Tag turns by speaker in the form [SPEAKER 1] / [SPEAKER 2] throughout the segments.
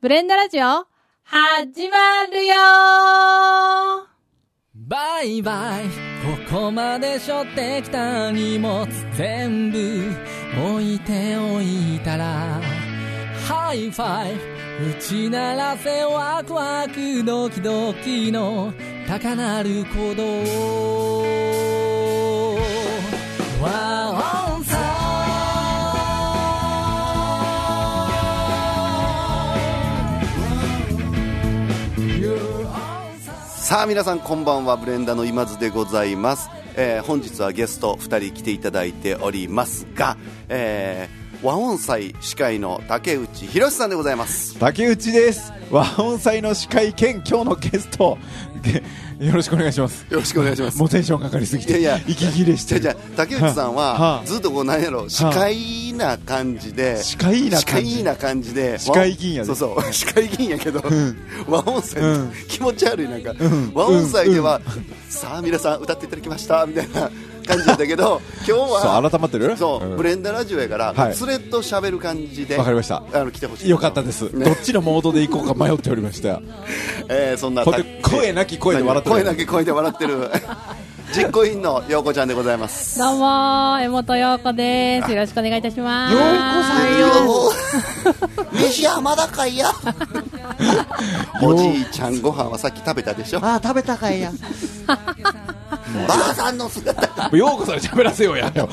[SPEAKER 1] ブレンダラジオ、始まるよ
[SPEAKER 2] バイバイここまで背負ってきた荷物全部置いておいたらハイファイブ打ち鳴らせワクワクドキドキの高鳴る鼓動和音さ
[SPEAKER 3] さあ皆さんこんばんはブレンダーの今津でございます、えー本日はゲスト2人来ていただいておりますが、えー和音祭司会の竹内宏さんでございます
[SPEAKER 4] 竹内です和音祭の司会兼今日のゲストげよろしくお願いします
[SPEAKER 3] よろしくお願いします
[SPEAKER 4] もうテンションかかりすぎて
[SPEAKER 3] いやいや
[SPEAKER 4] 息切れし
[SPEAKER 3] じゃあ
[SPEAKER 4] て
[SPEAKER 3] じゃあ
[SPEAKER 4] る
[SPEAKER 3] 竹内さん
[SPEAKER 4] は
[SPEAKER 3] は
[SPEAKER 4] あ
[SPEAKER 3] ずっとこうなんやろ司会な感じで
[SPEAKER 4] 司会な
[SPEAKER 3] 司
[SPEAKER 4] 感じ
[SPEAKER 3] 会な感じで
[SPEAKER 4] 司会議員やで
[SPEAKER 3] そうそう 司会議員やけど、和音祭、
[SPEAKER 4] うん
[SPEAKER 3] 気持ち悪いなんか、和音祭では、さあ皆さん歌っていただきましたみたいな感じだけ ど今日は
[SPEAKER 4] そう改まってる
[SPEAKER 3] そう、
[SPEAKER 4] うん
[SPEAKER 3] ブレンダラジオやから、
[SPEAKER 4] はい
[SPEAKER 3] スレッド喋る感じで
[SPEAKER 4] わかりました
[SPEAKER 3] あの来てほしい
[SPEAKER 4] よかったです、
[SPEAKER 3] ね
[SPEAKER 4] どっちのモードで行こうか迷っておりました
[SPEAKER 3] えーそんな
[SPEAKER 4] ほんで声なき声で笑ってる
[SPEAKER 3] 声なき声で笑って る実行委員の陽子ちゃんでございます
[SPEAKER 1] どうもー、江本陽子です。よろしくお願いいたします。
[SPEAKER 4] ようこさん
[SPEAKER 3] よ飯はまだかいやおじいちゃんご飯はさっき食べたでしょ
[SPEAKER 5] ああ食べたかいや
[SPEAKER 3] ばあさんの姿
[SPEAKER 4] ようこそ喋らせようやど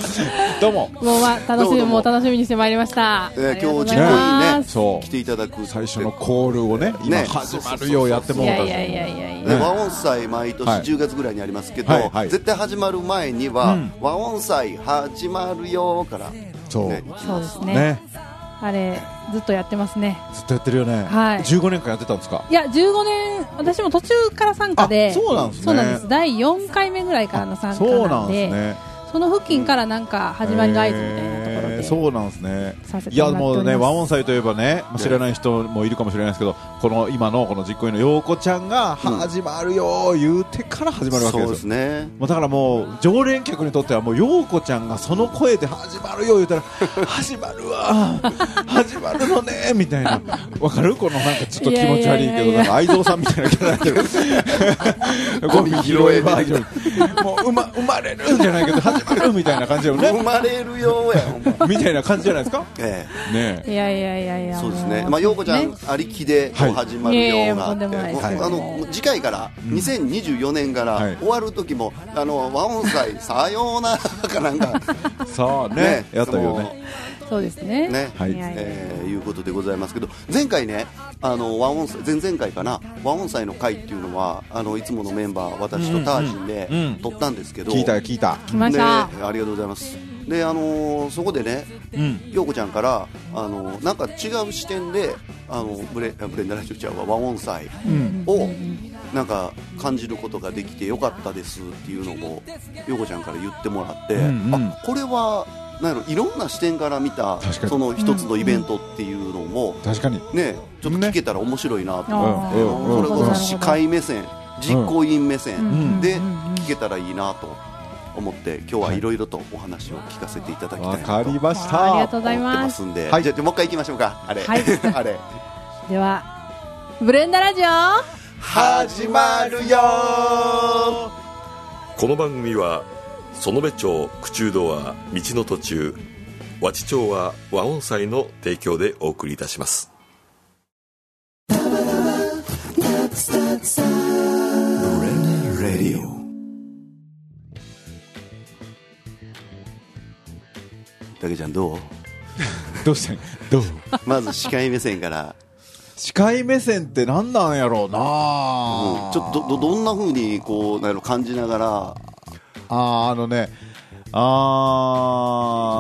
[SPEAKER 4] うも
[SPEAKER 1] もう、ま、楽しみ、
[SPEAKER 3] どうもどうも
[SPEAKER 1] もう楽しみにしてまいりました。
[SPEAKER 3] え
[SPEAKER 1] あ
[SPEAKER 3] ー
[SPEAKER 1] りがとうござい
[SPEAKER 3] 今日自己いい
[SPEAKER 1] ま
[SPEAKER 3] ね
[SPEAKER 1] す
[SPEAKER 4] そう
[SPEAKER 3] 来ていただく
[SPEAKER 4] 最初のコールをね今
[SPEAKER 3] ね
[SPEAKER 4] 始まるようやっても
[SPEAKER 1] いうや
[SPEAKER 4] た
[SPEAKER 1] いやい
[SPEAKER 4] し
[SPEAKER 1] やいやいや。
[SPEAKER 3] で和音祭毎年
[SPEAKER 4] はい
[SPEAKER 3] 10月ぐらいにありますけど、
[SPEAKER 4] はいはい
[SPEAKER 3] 絶対始まる前には、
[SPEAKER 4] うん
[SPEAKER 3] 和音祭始まるよから、ね、
[SPEAKER 4] そう
[SPEAKER 1] そうですね
[SPEAKER 4] ね
[SPEAKER 1] あれ、ずっとやってますね。
[SPEAKER 4] ずっとやってるよね、
[SPEAKER 1] はい
[SPEAKER 4] 15年間やってたんですか
[SPEAKER 1] いや、15年、私も途中から参加で、
[SPEAKER 4] あそうなんですね
[SPEAKER 1] そうなんです第4回目ぐらいからの参加
[SPEAKER 4] そう
[SPEAKER 1] な
[SPEAKER 4] なんん
[SPEAKER 1] で、
[SPEAKER 4] ですね
[SPEAKER 1] その付近からなんか始まりの合図みたいなところで、
[SPEAKER 4] えーそうなんですね
[SPEAKER 1] させて
[SPEAKER 4] い
[SPEAKER 1] もらっ
[SPEAKER 4] や
[SPEAKER 1] ております
[SPEAKER 4] もうね和音祭といえばねまあ知らない人もいるかもしれないですけどこの今のこの実行委員の陽子ちゃんが
[SPEAKER 3] うん
[SPEAKER 4] 始まるよー言うてから始まるわけ
[SPEAKER 3] そ
[SPEAKER 4] で
[SPEAKER 3] う
[SPEAKER 4] す
[SPEAKER 3] で
[SPEAKER 4] よ
[SPEAKER 3] すね
[SPEAKER 4] もうだからもう常連客にとってはもう陽子ちゃんがその声で始まるよ 言うたら始まるわー始まるのねーみたいなわかるこのなんかちょっと気持ち悪い
[SPEAKER 1] いやいや
[SPEAKER 4] け
[SPEAKER 1] いや
[SPEAKER 4] ど
[SPEAKER 1] いや
[SPEAKER 4] なんか愛蔵さんみたいなキャラやってるゴミ拾えバージョンもう生ま生まれるんじゃないけど始まるみたいな感じだよね
[SPEAKER 3] 生まれるよやほんま、
[SPEAKER 4] みたいな感じじゃないですか。
[SPEAKER 3] え
[SPEAKER 4] ねえ。
[SPEAKER 1] いやいやいやい
[SPEAKER 3] え
[SPEAKER 1] や、
[SPEAKER 3] そうですね
[SPEAKER 1] も
[SPEAKER 3] まあ陽子ちゃん
[SPEAKER 1] ね
[SPEAKER 3] ありきでこう始ま
[SPEAKER 1] いや
[SPEAKER 3] る
[SPEAKER 1] いやい
[SPEAKER 3] よ
[SPEAKER 1] や
[SPEAKER 3] うがあって、
[SPEAKER 1] とんでもない
[SPEAKER 3] こう
[SPEAKER 1] はい
[SPEAKER 3] あの次回から2024年から、
[SPEAKER 4] はい
[SPEAKER 3] 終わる時もあの和音祭さようならかなんか
[SPEAKER 4] そう ね。やったよね。
[SPEAKER 1] そうですね。
[SPEAKER 3] ね、
[SPEAKER 4] はい
[SPEAKER 1] ややや
[SPEAKER 3] えーいうことでございますけど前回ねあの和音祭前々回かな和音祭の会っていうのはあのいつものメンバー私とタージンで
[SPEAKER 4] うんうん
[SPEAKER 3] 撮ったんですけど、
[SPEAKER 4] 聞いた聞いた。
[SPEAKER 1] 来まし
[SPEAKER 3] ね
[SPEAKER 1] た
[SPEAKER 3] あ。りがとうございますであのーそこでね
[SPEAKER 4] うん。
[SPEAKER 3] 陽子ちゃんからあのなんか違う視点であのブレブレンダラジオちゃんは和音祭をなんか感じることができてよかったですっていうのを陽子ちゃんから言ってもらって、
[SPEAKER 4] うんうん
[SPEAKER 3] あこれはなんやろいろんな視点から見た
[SPEAKER 4] 確かに
[SPEAKER 3] その一つのイベントっていうのも、
[SPEAKER 4] 確かに。
[SPEAKER 3] ね、ちょっと聞けたら面白いなと
[SPEAKER 1] う
[SPEAKER 3] 思
[SPEAKER 1] ん
[SPEAKER 3] って、
[SPEAKER 4] うん
[SPEAKER 3] それこ
[SPEAKER 1] うん
[SPEAKER 3] そ司会目線実行委員目線
[SPEAKER 4] ん
[SPEAKER 3] で聞けたらいいなと思って今日はいろいろとお話を聞かせていただきたいな
[SPEAKER 4] わ
[SPEAKER 3] と
[SPEAKER 4] かりまし
[SPEAKER 1] ありが
[SPEAKER 4] た
[SPEAKER 1] と。うござい
[SPEAKER 3] 思って
[SPEAKER 1] ま。
[SPEAKER 3] ますすんで、
[SPEAKER 4] はい
[SPEAKER 3] じゃあもう一回行きましょうかあれ、
[SPEAKER 1] はい
[SPEAKER 3] あれ
[SPEAKER 1] では、ブレンダラジオ、
[SPEAKER 3] 始まるよ
[SPEAKER 6] この番組は園部町口中堂は道の途中和知町は和音祭の提供でお送りいたします
[SPEAKER 3] たけちゃんどう
[SPEAKER 4] どうしてどう。
[SPEAKER 3] まず司会目線から、
[SPEAKER 4] 司会目線ってなんなんやろうな
[SPEAKER 3] うん
[SPEAKER 4] あ。
[SPEAKER 3] ちょっとどどんな風にこうなんやろ感じながら
[SPEAKER 4] あーあのね。
[SPEAKER 3] そ
[SPEAKER 4] あ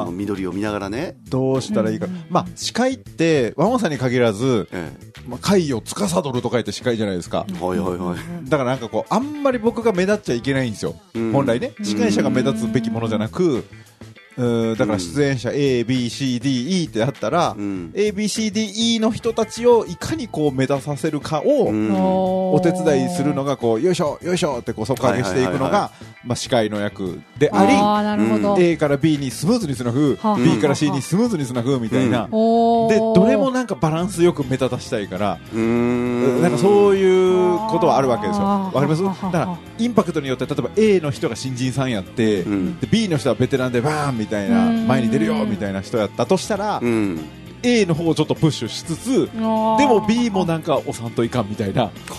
[SPEAKER 3] の
[SPEAKER 4] あ。
[SPEAKER 3] 緑を見ながらね、
[SPEAKER 4] どうしたらいいか。まあ司会って和音さんに限らず、
[SPEAKER 3] え
[SPEAKER 4] まあ会を司ると書いて司会じゃないですか。
[SPEAKER 3] え、はいはいはい、
[SPEAKER 4] だからなんかこうあんまり僕が目立っちゃいけないんですよ、
[SPEAKER 3] うん
[SPEAKER 4] 本来ね
[SPEAKER 3] ん
[SPEAKER 4] 司会者が目立つべきものじゃなく、うんだから出演者 ABCDE ってあったら、
[SPEAKER 3] うん
[SPEAKER 4] ABCDE の人たちをいかにこう目指させるかを、
[SPEAKER 3] うん
[SPEAKER 4] お手伝いするのがこうよいしょよいしょってこう底上げしてい
[SPEAKER 3] は
[SPEAKER 4] くの
[SPEAKER 3] いはいはい
[SPEAKER 4] がまあ司会の役で
[SPEAKER 1] あ
[SPEAKER 4] あ
[SPEAKER 1] あーなるほど、
[SPEAKER 3] う
[SPEAKER 4] り A から B にスムーズにつなぐ
[SPEAKER 1] はあ
[SPEAKER 4] B から
[SPEAKER 1] は
[SPEAKER 4] C
[SPEAKER 1] あはあ
[SPEAKER 4] にスムーズにつなぐみたいな
[SPEAKER 1] おー
[SPEAKER 4] でどれもなんかバランスよく目立たしたいから
[SPEAKER 3] うん
[SPEAKER 4] なんかそういうことはあるわけですよ
[SPEAKER 1] あ
[SPEAKER 4] わ
[SPEAKER 1] ー
[SPEAKER 4] かります
[SPEAKER 1] は
[SPEAKER 4] だ
[SPEAKER 1] あはあ
[SPEAKER 4] からインパクトによって例えば A の人が新人さんやって
[SPEAKER 3] うん
[SPEAKER 4] で B の人はベテランでバーンみたいな
[SPEAKER 1] うん
[SPEAKER 4] 前に出るよみたいな人やったとしたら
[SPEAKER 3] うん
[SPEAKER 4] A の方をちょっとプッシュしつつ
[SPEAKER 1] で
[SPEAKER 4] でも B もなんか押さんといかんみたいななんか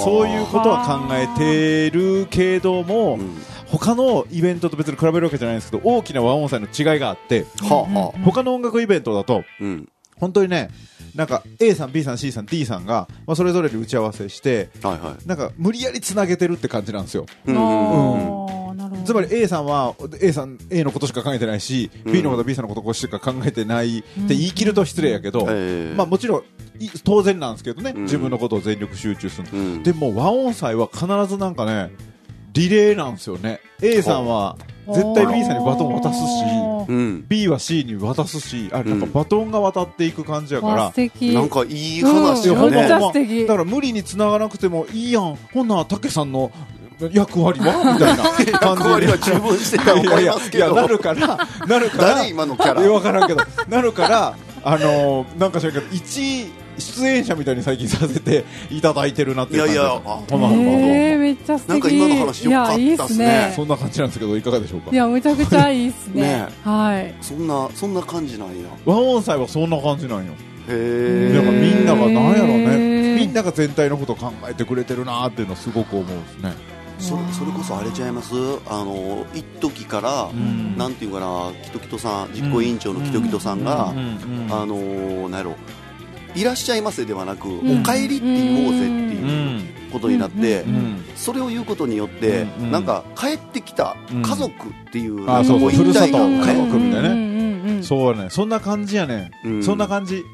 [SPEAKER 4] そういうことは考えてるけども、
[SPEAKER 3] うん
[SPEAKER 4] 他のイベントと別に比べるわけじゃないんですけど大きな和音祭の違いがあって
[SPEAKER 3] はあはあ
[SPEAKER 4] 他の音楽イベントだと
[SPEAKER 3] うん
[SPEAKER 4] 本当にねなんか A さん B さん C さん D さんが、まあ、それぞれで打ち合わせして
[SPEAKER 3] はいはい
[SPEAKER 4] なんか無理やりつなげてるって感じなんですよ
[SPEAKER 3] うんうん
[SPEAKER 4] つまり A さんは A さん A のことしか考えてないし、
[SPEAKER 3] うん
[SPEAKER 4] B のこと B さんのことしか考えてないって言い切ると失礼やけど、
[SPEAKER 3] ええ
[SPEAKER 4] まあ、もちろんい当然なんですけどね、
[SPEAKER 3] うん
[SPEAKER 4] 自分のことを全力集中するの
[SPEAKER 3] うん
[SPEAKER 4] でも和音祭は必ずなんかねリレーなんですよね A さんは絶対 B さんにバトン渡すし
[SPEAKER 3] うん、
[SPEAKER 4] B は C に渡すしあれなんか
[SPEAKER 3] うん
[SPEAKER 4] バトンが渡っていく感じや
[SPEAKER 1] だ
[SPEAKER 4] か
[SPEAKER 1] から
[SPEAKER 4] ら
[SPEAKER 1] 素、敵
[SPEAKER 3] なんかいい話
[SPEAKER 1] う
[SPEAKER 3] よ
[SPEAKER 1] んめっちゃ
[SPEAKER 3] ね、
[SPEAKER 1] 素敵
[SPEAKER 4] だから無理に繋がなくてもいいやんほんならたけさんの役 割はみたいな感
[SPEAKER 3] 役割
[SPEAKER 4] じ
[SPEAKER 3] は
[SPEAKER 4] に
[SPEAKER 3] 十分してたと
[SPEAKER 4] い
[SPEAKER 3] 思
[SPEAKER 4] やい
[SPEAKER 3] い
[SPEAKER 4] や
[SPEAKER 3] ます
[SPEAKER 4] い
[SPEAKER 3] け
[SPEAKER 4] や
[SPEAKER 3] ど
[SPEAKER 4] なるからなるから
[SPEAKER 3] 誰今のキャラ
[SPEAKER 4] いやわからんけどなるからあのーなんか知らんけど一出演者みたいに最近させていただいてるなっていう感じ
[SPEAKER 3] いやいやあ
[SPEAKER 4] ほんまほんまほんま
[SPEAKER 1] えー、めっちゃ素敵
[SPEAKER 3] なんか今の話良かったっ
[SPEAKER 1] いや
[SPEAKER 3] すね
[SPEAKER 1] いいっすね
[SPEAKER 4] そんな感じなんですけどいかがでしょうか
[SPEAKER 1] いやめちゃくちゃいいっすね
[SPEAKER 3] ね
[SPEAKER 1] はい
[SPEAKER 3] そんなそんな感じなんや
[SPEAKER 4] 和音祭はそんな感じなんよ
[SPEAKER 3] へ
[SPEAKER 4] だからみんながなんやろう
[SPEAKER 1] へー
[SPEAKER 4] ねみんなが全体のことを考えてくれてるなーっていうのはすごく思うんですね
[SPEAKER 3] そそれこそあれちゃいますあの一時から、なんていうかなキトキトさん実行委員長のキトキトさんが、あのー、なんやろいらっしゃいませではなく、
[SPEAKER 1] ん
[SPEAKER 3] お帰りって言おうぜって
[SPEAKER 4] う
[SPEAKER 3] いうんことになって、
[SPEAKER 1] うん
[SPEAKER 4] うん
[SPEAKER 3] それを言うことによって、
[SPEAKER 4] うんうん
[SPEAKER 3] なんか帰ってきた
[SPEAKER 4] うん
[SPEAKER 3] 家族っていう、
[SPEAKER 4] あそうそう
[SPEAKER 3] こ
[SPEAKER 4] ふるさと
[SPEAKER 3] 感
[SPEAKER 4] 家
[SPEAKER 3] ね
[SPEAKER 4] 族みたいなね
[SPEAKER 1] ね
[SPEAKER 4] そうやねそんな感じやね
[SPEAKER 3] うん
[SPEAKER 4] そんな感じ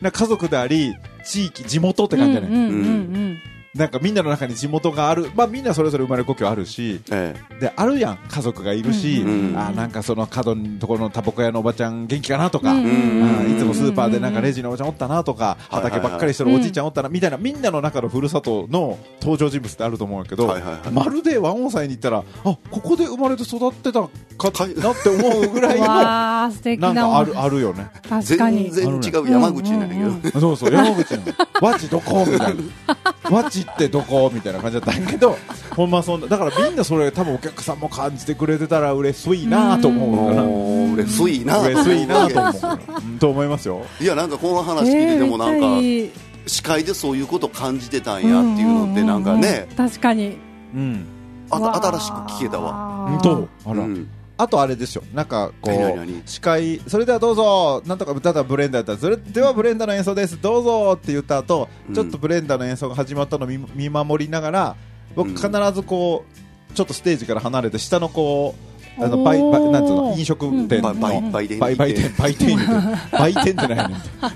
[SPEAKER 4] なんか家族であり地域地元って感じやねなんかみんなの中に地元があるまあみんなそれぞれ生まれ故郷あるし
[SPEAKER 3] え
[SPEAKER 4] であるやん家族がいるし
[SPEAKER 1] うん
[SPEAKER 3] うん
[SPEAKER 4] あーなんかその角のところのタバコ屋のおばちゃん元気かなと
[SPEAKER 1] う
[SPEAKER 4] か
[SPEAKER 1] ん
[SPEAKER 4] あ
[SPEAKER 3] うん
[SPEAKER 4] ーいつもスーパーでなんかレジのおばちゃんおったなとか
[SPEAKER 3] はいはいはい
[SPEAKER 4] 畑ばっかりしてるおじいちゃんおったなみたいなみんなの中のふるさとの登場人物ってあると思うんやけど
[SPEAKER 3] はいはいはい
[SPEAKER 4] まるで和音祭に行ったらあここで生まれて育ってた
[SPEAKER 3] か
[SPEAKER 4] かなって思うぐらいの な
[SPEAKER 1] わあ素敵なん
[SPEAKER 4] かあるあるよね
[SPEAKER 1] 確
[SPEAKER 3] え
[SPEAKER 1] か
[SPEAKER 3] 全
[SPEAKER 1] に
[SPEAKER 3] 然違う山口なんやけど、
[SPEAKER 1] うんうんう
[SPEAKER 4] そうそう山 口の和知どこみたいな和知ってどこみたいな感じだったんやけどほんまそんなだからみんなそれ多分お客さんも感じてくれてたら嬉しいなと思うから
[SPEAKER 3] もう嬉しいな
[SPEAKER 4] 嬉しいなと思うからうんと思いますよ
[SPEAKER 3] いやなんかこの話聞い
[SPEAKER 1] え
[SPEAKER 3] て
[SPEAKER 1] ー
[SPEAKER 3] て
[SPEAKER 1] め
[SPEAKER 3] も
[SPEAKER 1] っち
[SPEAKER 3] な
[SPEAKER 1] ゃ
[SPEAKER 3] んか
[SPEAKER 1] いい
[SPEAKER 3] 司会でそういうこと感じてたんやっていうのってなんか
[SPEAKER 1] うんう
[SPEAKER 3] ね
[SPEAKER 1] んうん確かに
[SPEAKER 4] うん
[SPEAKER 3] あ
[SPEAKER 1] わー
[SPEAKER 3] 新しく聞けたわ
[SPEAKER 4] どうあ
[SPEAKER 3] う
[SPEAKER 4] ら、
[SPEAKER 3] ん
[SPEAKER 4] あとあれですよなんかこ
[SPEAKER 3] 何何何
[SPEAKER 4] う司会それではどうぞなんとかただブレンダーだったらそれではブレンダーの演奏ですどうぞって言った後、
[SPEAKER 3] うん
[SPEAKER 4] ちょっとブレンダーの演奏が始まったのを見見守りながら僕
[SPEAKER 3] うん
[SPEAKER 4] 必ずこうちょっとステージから離れて下のこうあ
[SPEAKER 1] お
[SPEAKER 4] の
[SPEAKER 1] ー
[SPEAKER 4] バイバイなんつうの飲食店
[SPEAKER 3] ば
[SPEAKER 4] の
[SPEAKER 3] ばい売店
[SPEAKER 4] 売売店売店言う て売店ってないねんなんか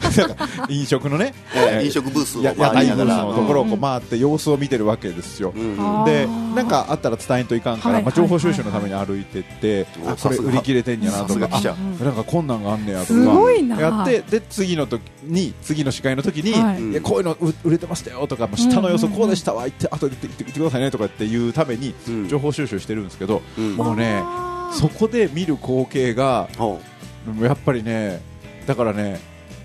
[SPEAKER 4] 飲食のね、
[SPEAKER 3] えー飲食ブースを
[SPEAKER 4] や屋
[SPEAKER 3] 回
[SPEAKER 4] 台
[SPEAKER 3] りな
[SPEAKER 4] ブ
[SPEAKER 3] が
[SPEAKER 4] ース
[SPEAKER 3] ら
[SPEAKER 4] のところをこう回って様子を見てるわけですよ、
[SPEAKER 3] うん
[SPEAKER 1] あー
[SPEAKER 4] でなんかあったら伝えんといかんから、
[SPEAKER 1] はい
[SPEAKER 4] まあ、情報収集のために歩いてって、
[SPEAKER 3] はい
[SPEAKER 4] あこれ売り切れてんやな
[SPEAKER 3] さ
[SPEAKER 4] と
[SPEAKER 3] す
[SPEAKER 4] か
[SPEAKER 3] が記者
[SPEAKER 4] あなんかこんなんがあんねやとか
[SPEAKER 1] すごいな
[SPEAKER 4] やってで次の時に次の司会の時に、
[SPEAKER 1] はい
[SPEAKER 4] いやこういうのう売れてましたよとかもう下の様子こうでしたわ行って後で行って行って行ってくださいねとかっていうために
[SPEAKER 3] うん
[SPEAKER 4] 情報収集してるんですけど、
[SPEAKER 3] うん
[SPEAKER 4] もうねそこで見る光景が
[SPEAKER 3] ほ
[SPEAKER 4] やっぱりねだからね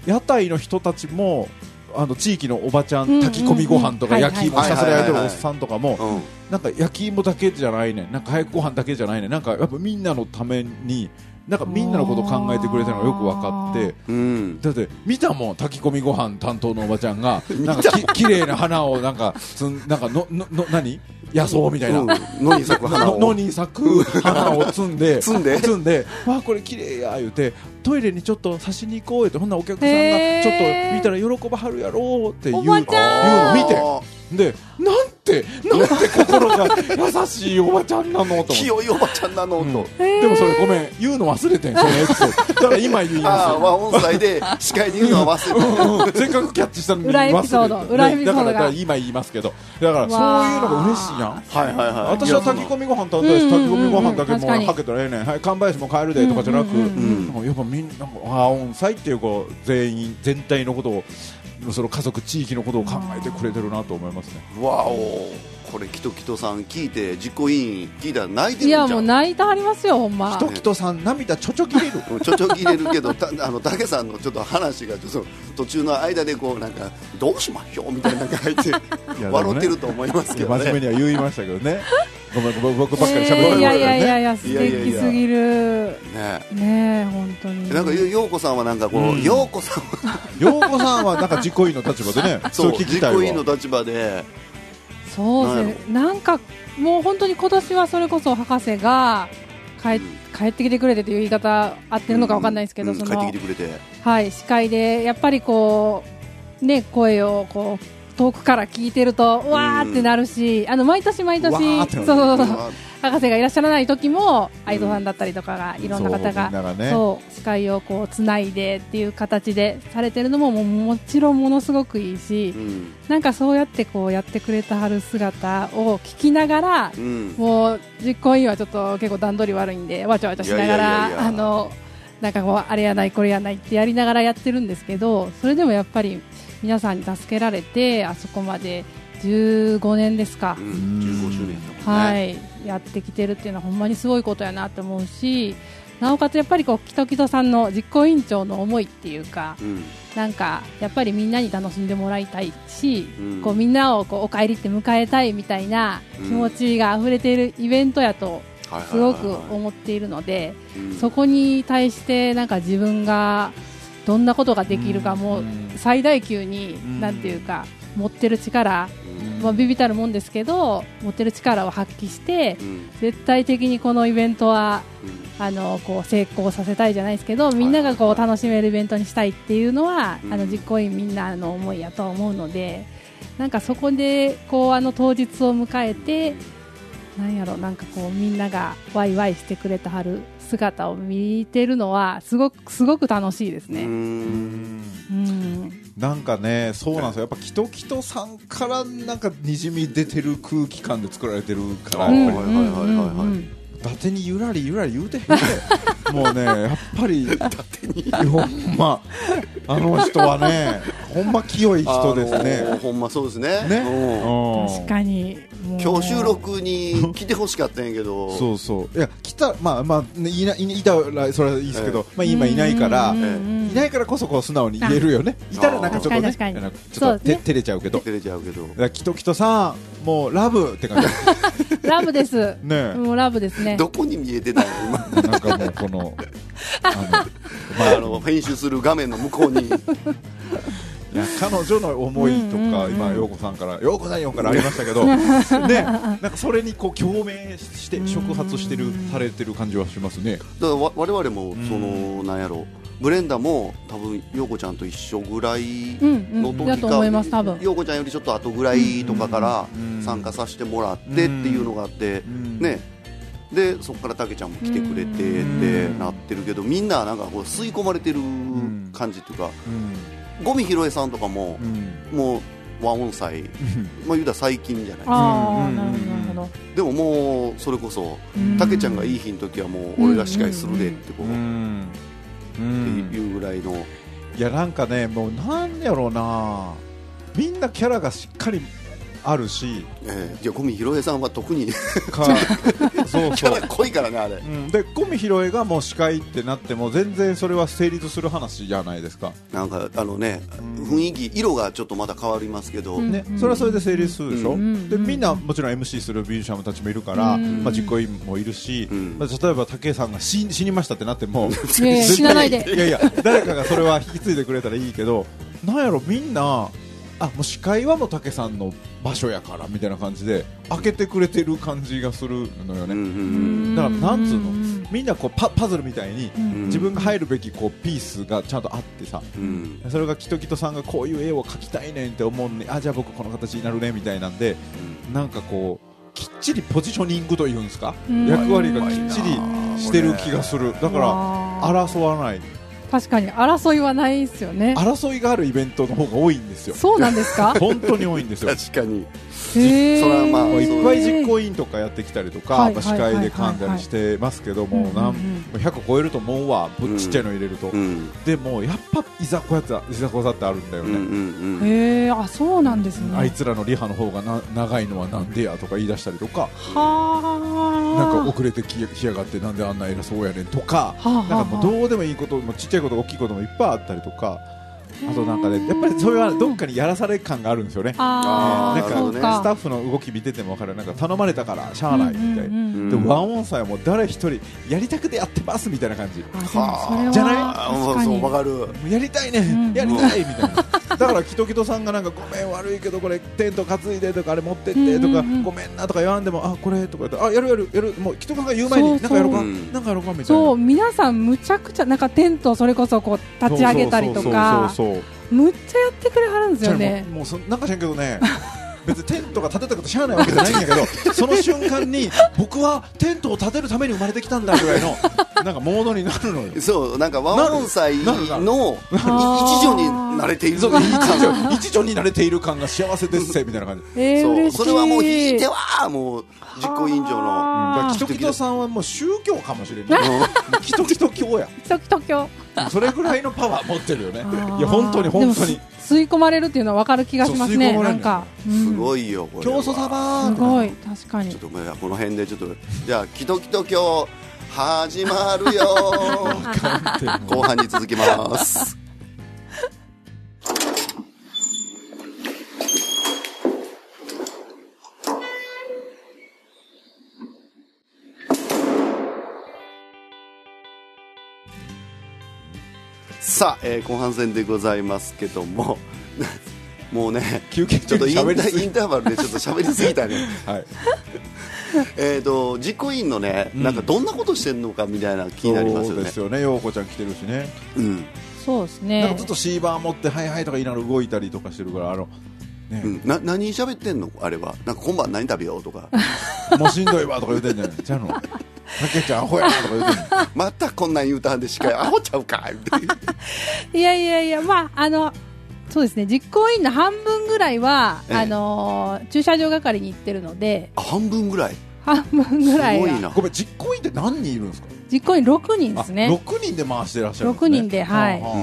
[SPEAKER 4] 屋台の人たちもあの地域のおばちゃん
[SPEAKER 1] うんうんうん
[SPEAKER 4] 炊き込みご飯とか
[SPEAKER 1] はいはい
[SPEAKER 4] 焼き芋ひたすら焼いてるおっさんとかも
[SPEAKER 3] ううん
[SPEAKER 4] なんか焼き芋だけじゃないねなんか早くご飯だけじゃないねなんかやっぱみんなのためになんかみんなのことを考えてくれてるのがよく分かって
[SPEAKER 3] うん
[SPEAKER 4] だって見たもん炊き込みご飯担当のおばちゃんが なんかき綺麗な花をなんかつんなんかののの何野草みたいな、
[SPEAKER 3] うん野に咲く花
[SPEAKER 4] の
[SPEAKER 3] を
[SPEAKER 4] 野に咲く花を摘ん で
[SPEAKER 3] 摘んで
[SPEAKER 4] 摘んでわあこれ綺麗や言うてトイレにちょっと差しに行こうよってほんならお客さんが
[SPEAKER 1] へー
[SPEAKER 4] ちょっと見たら喜ばはるやろうっていう
[SPEAKER 1] おばちゃ
[SPEAKER 4] 言うの見て
[SPEAKER 3] あ
[SPEAKER 4] でなんてなんて心が 優しいおばちゃんなのと思って
[SPEAKER 3] 清いおばちゃんなのと、
[SPEAKER 4] でもそれごめん言うの忘れてんそのエピソードだから今言い
[SPEAKER 3] ああ
[SPEAKER 4] ま
[SPEAKER 3] 和音祭で司会に言うのは忘れ
[SPEAKER 4] す
[SPEAKER 3] て
[SPEAKER 4] よ、うんせっかくキャッチしたのに
[SPEAKER 1] 裏エピソード
[SPEAKER 4] 忘れて
[SPEAKER 1] 裏エピソードが
[SPEAKER 4] だからだから今言いますけどだからそういうのが嬉しいやん
[SPEAKER 3] はいはいはい
[SPEAKER 4] 私 は炊き込みご飯食べたいし
[SPEAKER 1] うん
[SPEAKER 4] 炊き込みご飯だけ
[SPEAKER 1] うんうん確か
[SPEAKER 4] も
[SPEAKER 1] に
[SPEAKER 4] うはけたらええねんはい完売しも帰るでとかじゃなくなんかやっぱみんななんかああ音祭っていうか全員全体のことをその家族地域のことを考えてくれてるなと思いますね
[SPEAKER 3] わおこれキトキトさん聞いて実行委員聞いたら泣いて
[SPEAKER 1] い
[SPEAKER 3] る
[SPEAKER 1] や
[SPEAKER 3] んじ
[SPEAKER 1] も
[SPEAKER 3] ゃ
[SPEAKER 1] うん泣いてはりますよほんま
[SPEAKER 4] ときとさん涙ちょちょ切れる
[SPEAKER 3] うんちょちょ切れるけどた あの武さんのちょっと話がちょっと途中の間でこうなんかどうしましょうみたいなのが入って
[SPEAKER 4] でもね
[SPEAKER 3] 笑ってると思います
[SPEAKER 4] い
[SPEAKER 3] け
[SPEAKER 4] や
[SPEAKER 3] ど
[SPEAKER 4] 真面目
[SPEAKER 3] ね
[SPEAKER 4] には言いましたけどね ごめんごめん僕ばっかり喋って
[SPEAKER 1] え
[SPEAKER 4] る
[SPEAKER 1] ーいやいやいやいや素
[SPEAKER 3] いやいやい
[SPEAKER 1] 敵
[SPEAKER 3] や
[SPEAKER 1] すぎる
[SPEAKER 3] ね
[SPEAKER 1] ねえ本当に
[SPEAKER 3] なんかよようこさんはなんかこう、ようこさんは
[SPEAKER 4] 陽子さんはなんか実行委員の立場で ね、そ
[SPEAKER 3] そうう
[SPEAKER 4] 聞き
[SPEAKER 3] 実
[SPEAKER 4] たい
[SPEAKER 3] 行委員の
[SPEAKER 4] わ。
[SPEAKER 3] 立場で
[SPEAKER 1] そうですねなんかもう本当に今年はそれこそ博士が帰帰ってきてくれてという言い方合ってるのかわかんないですけど、
[SPEAKER 3] うん
[SPEAKER 1] そ
[SPEAKER 3] 帰って
[SPEAKER 1] の
[SPEAKER 3] きてくれて
[SPEAKER 1] はい司会でやっぱりこうね声をこう遠くから聞いてるとわーってなるし、あの毎年毎年
[SPEAKER 4] わーってな
[SPEAKER 1] そう
[SPEAKER 4] る
[SPEAKER 1] そうそう
[SPEAKER 3] うわ
[SPEAKER 1] 博士がいらっしゃらない時も愛斗さんだったりとかがいろんな方
[SPEAKER 4] そうみんなが
[SPEAKER 1] が
[SPEAKER 4] ね
[SPEAKER 1] そう司会をこうつないでっていう形でされてるのももうもちろんものすごくいいし
[SPEAKER 3] うん
[SPEAKER 1] なんかそうやってこうやってくれたはる姿を聞きながら
[SPEAKER 3] うん
[SPEAKER 1] もう実行委員はちょっと結構段取り悪いんでわちゃわちゃしなが
[SPEAKER 3] いやいやいやい
[SPEAKER 1] ら
[SPEAKER 3] や
[SPEAKER 1] あのなんかこうあれやないこれやないってやりながらやってるんですけどそれでもやっぱり皆さんに助けられてあそこまで15年ですか
[SPEAKER 3] う。ん15周年だもん
[SPEAKER 1] は
[SPEAKER 3] ね
[SPEAKER 1] い、やってきてるっていうのはほんまにすごいことやなと思うしなおかつやっぱりこうキトキトさんの実行委員長の思いっていうか
[SPEAKER 3] うん
[SPEAKER 1] なんかやっぱりみんなに楽しんでもらいたいし、
[SPEAKER 3] うん
[SPEAKER 1] こうみんなをこうお帰りって迎えたいみたいな気持ちが溢れているイベントやと
[SPEAKER 3] はいはい
[SPEAKER 1] すご
[SPEAKER 3] はい
[SPEAKER 1] く
[SPEAKER 3] はい
[SPEAKER 1] 思っているので
[SPEAKER 3] うん
[SPEAKER 1] そこに対してなんか自分がどんなことができるかもう最大級
[SPEAKER 4] ん
[SPEAKER 1] になんていうか持ってる力
[SPEAKER 3] うん
[SPEAKER 1] まあ、ビビたるもんですけど持ってる力を発揮して
[SPEAKER 3] うん
[SPEAKER 1] 絶対的にこのイベントは
[SPEAKER 3] うん
[SPEAKER 1] あのこう成功させたいじゃないですけどみんながこ
[SPEAKER 3] はいう
[SPEAKER 1] 楽しめるイベントにしたいっていうのは、
[SPEAKER 3] うん
[SPEAKER 1] あの実行委員みんなの思いやと思うのでなんかそこでこうあの当日を迎えてなんやろなんかこうみんながワイワイしてくれたはる姿を見てるのはすごくすごく楽しいです
[SPEAKER 3] う
[SPEAKER 1] ね。
[SPEAKER 3] ん
[SPEAKER 1] うん
[SPEAKER 4] なんかね、そうなんですよ。やっぱキトキトさんからなんかにじみ出てる空気感で作られてるから、
[SPEAKER 3] うん
[SPEAKER 4] やっぱり
[SPEAKER 3] はいはいはいはいはい
[SPEAKER 1] うん
[SPEAKER 4] 伊達にゆらりゆらり言うてへんで もうね、やっぱり伊達にほんまあの人はね、ほんま清い人です
[SPEAKER 3] あの
[SPEAKER 4] ね。
[SPEAKER 3] ほんまそうですね
[SPEAKER 4] ね、
[SPEAKER 3] うん
[SPEAKER 4] うん
[SPEAKER 1] 確かにもう
[SPEAKER 3] 今日収録に来てほしかったんやけど
[SPEAKER 4] そうそういや来たまあまあ、ね、いないいたらそれはいいですけど、まあ今いないから、
[SPEAKER 1] うんうんうん
[SPEAKER 4] いないからこそこう素直に言えるよね。いたらなんかちょっとね、
[SPEAKER 1] 確かに確かに
[SPEAKER 4] なんかちょっとて
[SPEAKER 1] そうね
[SPEAKER 4] 照れちゃうけど。だ
[SPEAKER 3] 照れちゃうけど
[SPEAKER 4] からキトキトさん、もうラブって 感じ。
[SPEAKER 1] ラブ です。
[SPEAKER 4] ねえ
[SPEAKER 1] もうラブですね。
[SPEAKER 3] どこに見えてたの今
[SPEAKER 4] なんかもうこの、あ
[SPEAKER 3] あの編集する画面の向こうに
[SPEAKER 4] の、いや彼女の思いと
[SPEAKER 1] うんうん
[SPEAKER 4] か、
[SPEAKER 1] うん
[SPEAKER 4] 今陽子さんから、陽子さんよからありましたけど、ね、なんかそれにこう共鳴して触発してるされてる感じはしますね。
[SPEAKER 3] だからわ我々もその、なんやろブレンダも多分陽子ちゃんと一緒ぐらいの
[SPEAKER 1] うんうんだ
[SPEAKER 3] 時
[SPEAKER 1] と
[SPEAKER 3] か
[SPEAKER 1] 思います多分
[SPEAKER 3] 陽子ちゃんよりちょっと後ぐらいとかから
[SPEAKER 4] うん
[SPEAKER 3] 参加させてもらってっていうのがあって、
[SPEAKER 4] ん
[SPEAKER 3] ねでそこからたけちゃんも来てくれてって
[SPEAKER 4] うん
[SPEAKER 3] なってるけどみんななんかこう吸い込まれてる感じっていうか
[SPEAKER 4] うん、
[SPEAKER 3] ゴミ拾えさんとかも
[SPEAKER 4] う、ん、
[SPEAKER 3] もう和音祭、まあ、言うたら最近じゃない
[SPEAKER 1] ああ、
[SPEAKER 4] うん
[SPEAKER 1] なるほど、なるほど。
[SPEAKER 3] でももうそれこそ
[SPEAKER 1] うん
[SPEAKER 3] たけちゃんがいい日の時はもう俺が司会するでってこう、
[SPEAKER 4] うん、う
[SPEAKER 3] っ
[SPEAKER 4] ん
[SPEAKER 3] て。いうぐらいの、
[SPEAKER 4] いやなんかねもうなんやろうなみんなキャラがしっかりあ るし
[SPEAKER 3] えー、いやゴミひろえさんは特に
[SPEAKER 4] かそう
[SPEAKER 3] キャ
[SPEAKER 4] そ
[SPEAKER 3] ラ
[SPEAKER 4] う、
[SPEAKER 3] 濃いからねあれ
[SPEAKER 4] うん、でゴミ拾いがもう司会ってなっても全然それは成立する話じゃないですか、
[SPEAKER 3] なんかあのね雰囲気色がちょっとまた変わりますけど、
[SPEAKER 1] うん
[SPEAKER 4] ね、それはそれで成立するでしょ、
[SPEAKER 3] うん
[SPEAKER 4] でみんなもちろん MC するミュージシャンたちもいるから、
[SPEAKER 1] うん
[SPEAKER 4] まあ、実行委員もいるし、
[SPEAKER 3] うん
[SPEAKER 4] まあ、例えば武井さんが死死にましたってなっても
[SPEAKER 1] いやいや死なないで。
[SPEAKER 4] いやいや誰かがそれは引き継いでくれたらいいけどなんやろみんなあもう司会はもう武さんの場所やからみたいな感じで開けてくれてる感じがするのよ
[SPEAKER 3] うんうんうん
[SPEAKER 4] ね、だからなんつうの
[SPEAKER 1] ん
[SPEAKER 4] みんなこうパパズルみたいに
[SPEAKER 3] ん
[SPEAKER 4] 自分が入るべきこうピースがちゃんとあってさ
[SPEAKER 3] うん
[SPEAKER 4] それがキトキトさんがこういう絵を描きたいねんって思うのにあじゃあ僕この形になるねみたいなんでなんかこうきっちりポジショニングというんですか、
[SPEAKER 1] うん
[SPEAKER 4] 役割がきっちりしてる気がするだから
[SPEAKER 1] ら
[SPEAKER 4] 争わない
[SPEAKER 1] 確かに争いはないですよね
[SPEAKER 4] 争いがあるイベントの方が多いんですよ
[SPEAKER 1] そうなんです か
[SPEAKER 4] 本当に多いんですよ
[SPEAKER 3] 確かに
[SPEAKER 1] へえ
[SPEAKER 3] それはまあ
[SPEAKER 4] もういっぱい実
[SPEAKER 1] 行
[SPEAKER 4] 行委員とかやってきたりと
[SPEAKER 1] は
[SPEAKER 4] か、
[SPEAKER 1] い
[SPEAKER 4] まあ
[SPEAKER 1] はい
[SPEAKER 4] 司会で噛んだりしてますけども、な
[SPEAKER 1] う
[SPEAKER 4] ん
[SPEAKER 1] んうん
[SPEAKER 4] 100超えると思うわ、ぶっちっちゃいの入れると、
[SPEAKER 3] うん
[SPEAKER 4] でもやっぱいざこやついざこざってあるんだよ
[SPEAKER 3] うんう
[SPEAKER 4] ね、
[SPEAKER 3] んうん
[SPEAKER 1] へえあそうなんですね
[SPEAKER 4] あいつらのリハの方がな長いのはなんでやとか言い出したりとか、
[SPEAKER 1] はあ
[SPEAKER 4] なんか遅れてきやきやがって、なんであんな偉そうやねんとか、
[SPEAKER 1] はあはあ
[SPEAKER 4] なんかもうどうでもいいこと、もうちっちゃいこと、大きいこともいっぱいあったりとか、あとなんかね、やっぱりそれはどっかにやらされ感があるんですよね。
[SPEAKER 1] あー
[SPEAKER 4] なん
[SPEAKER 3] あ
[SPEAKER 4] か
[SPEAKER 3] なる
[SPEAKER 1] そ
[SPEAKER 3] ほ
[SPEAKER 1] う
[SPEAKER 3] どね
[SPEAKER 1] か
[SPEAKER 4] スタッフの動き見てても分かるなんか頼まれたからしゃあないみたい
[SPEAKER 1] う
[SPEAKER 4] な、
[SPEAKER 1] んうんうん
[SPEAKER 3] ん
[SPEAKER 4] で和音祭はもう誰一人やりたくてやってますみたいな感じも
[SPEAKER 1] あでもそれは
[SPEAKER 4] じゃない
[SPEAKER 3] あ
[SPEAKER 1] 確か
[SPEAKER 3] そう
[SPEAKER 1] に
[SPEAKER 3] わかる
[SPEAKER 4] うやりたいね、
[SPEAKER 1] うん
[SPEAKER 4] やりたいみたいなだからキトキトさんがなんかごめん悪いけどこれテント担いでとかあれ持ってってとか、
[SPEAKER 1] うんうんうん
[SPEAKER 4] ごめんなとか言わんでもあこれとか言ってあやるやるやるもうキトキトさんが言う前に
[SPEAKER 1] そうんそ
[SPEAKER 4] なか
[SPEAKER 1] う
[SPEAKER 4] やろうか、
[SPEAKER 3] うん
[SPEAKER 4] なんかやろうかみたい
[SPEAKER 1] そう
[SPEAKER 4] な
[SPEAKER 1] 皆さんむちゃくちゃなんかテントをそれこそこう立ち上げたりとか
[SPEAKER 4] そうそうそうそう
[SPEAKER 1] むっちゃやってくれはるんです
[SPEAKER 4] じゃ
[SPEAKER 1] よ
[SPEAKER 4] あ
[SPEAKER 1] ね
[SPEAKER 4] もうもうそなんか知らんけどね別にテントが建てたことしゃあないわけじゃないんやけ どその瞬間に僕はテントを建てるために生まれてきたんだぐらいのなんかモードになるのよ
[SPEAKER 3] そうなんか和音祭
[SPEAKER 4] なるなる
[SPEAKER 3] のい
[SPEAKER 1] あー
[SPEAKER 3] 一助に慣れている
[SPEAKER 4] そう
[SPEAKER 3] 感
[SPEAKER 4] 一女一女に慣れている感が幸せですせみたいな感じ。
[SPEAKER 1] えー、
[SPEAKER 3] そう
[SPEAKER 1] 嬉しい
[SPEAKER 3] それはもう引いてはもう実行委員長の
[SPEAKER 4] だから
[SPEAKER 1] あ
[SPEAKER 4] キトキトさんはもう宗教かもしれない。キトキト教や。
[SPEAKER 1] ー時々今日
[SPEAKER 4] それぐらいのパワー持ってるよね。
[SPEAKER 1] あー
[SPEAKER 4] いや本当に本当
[SPEAKER 1] で
[SPEAKER 4] に
[SPEAKER 1] も。吸い込まれるっていうのは分かる気がしますね
[SPEAKER 4] そう吸い込ま
[SPEAKER 1] な
[SPEAKER 4] れ
[SPEAKER 1] ん
[SPEAKER 4] るのよ
[SPEAKER 1] か、うん
[SPEAKER 3] すごいよこれは
[SPEAKER 4] 教祖様
[SPEAKER 1] す
[SPEAKER 4] ー
[SPEAKER 1] ごい確か
[SPEAKER 3] ちょ
[SPEAKER 1] に
[SPEAKER 3] っとごめんなさいこの辺でちょっとじゃあキトキト教始まる よ後半に続きますさあ、えー後半戦でございますけども もうね
[SPEAKER 4] 休憩
[SPEAKER 3] ちょっとインタ
[SPEAKER 4] 喋りすぎ
[SPEAKER 3] インターバルでちょっと喋りすぎたね
[SPEAKER 4] はい。
[SPEAKER 3] えーと実行委員のね、
[SPEAKER 4] うん
[SPEAKER 3] なんかどんなことしてんのかみたいな気になりますよ
[SPEAKER 4] そう
[SPEAKER 3] ね
[SPEAKER 4] です。よね。ようこちゃん来てるしね。
[SPEAKER 3] うん
[SPEAKER 1] そうです
[SPEAKER 4] なんか
[SPEAKER 1] ね
[SPEAKER 4] ずっとシーバー持ってはいはいとか言いながら動いたりとかしてるからあの
[SPEAKER 3] う
[SPEAKER 4] ね
[SPEAKER 3] ん、な何喋ってんのあれはなんか今晩何食べようとか
[SPEAKER 4] もうしんどいわとか言うてんじゃない。ちゃうの。たけちゃんアホやなとか言うてんの。
[SPEAKER 3] またこんなん言うたんでしかアホちゃうかい
[SPEAKER 1] いやいやいやまああのそうですね実行委員の半分ぐらいは、
[SPEAKER 3] ええ
[SPEAKER 1] あのー駐車場係に行ってるので
[SPEAKER 3] 半分ぐらい
[SPEAKER 1] 半分ぐ
[SPEAKER 3] す
[SPEAKER 1] らい
[SPEAKER 3] ご
[SPEAKER 1] はい
[SPEAKER 3] な
[SPEAKER 4] ごめん実行委員って何人いるんですか。
[SPEAKER 1] 実行委員6人です
[SPEAKER 4] あ
[SPEAKER 1] ね
[SPEAKER 4] 六人で回してらっしゃるんで
[SPEAKER 1] 六
[SPEAKER 4] すね。
[SPEAKER 1] 人ではい
[SPEAKER 4] あああああ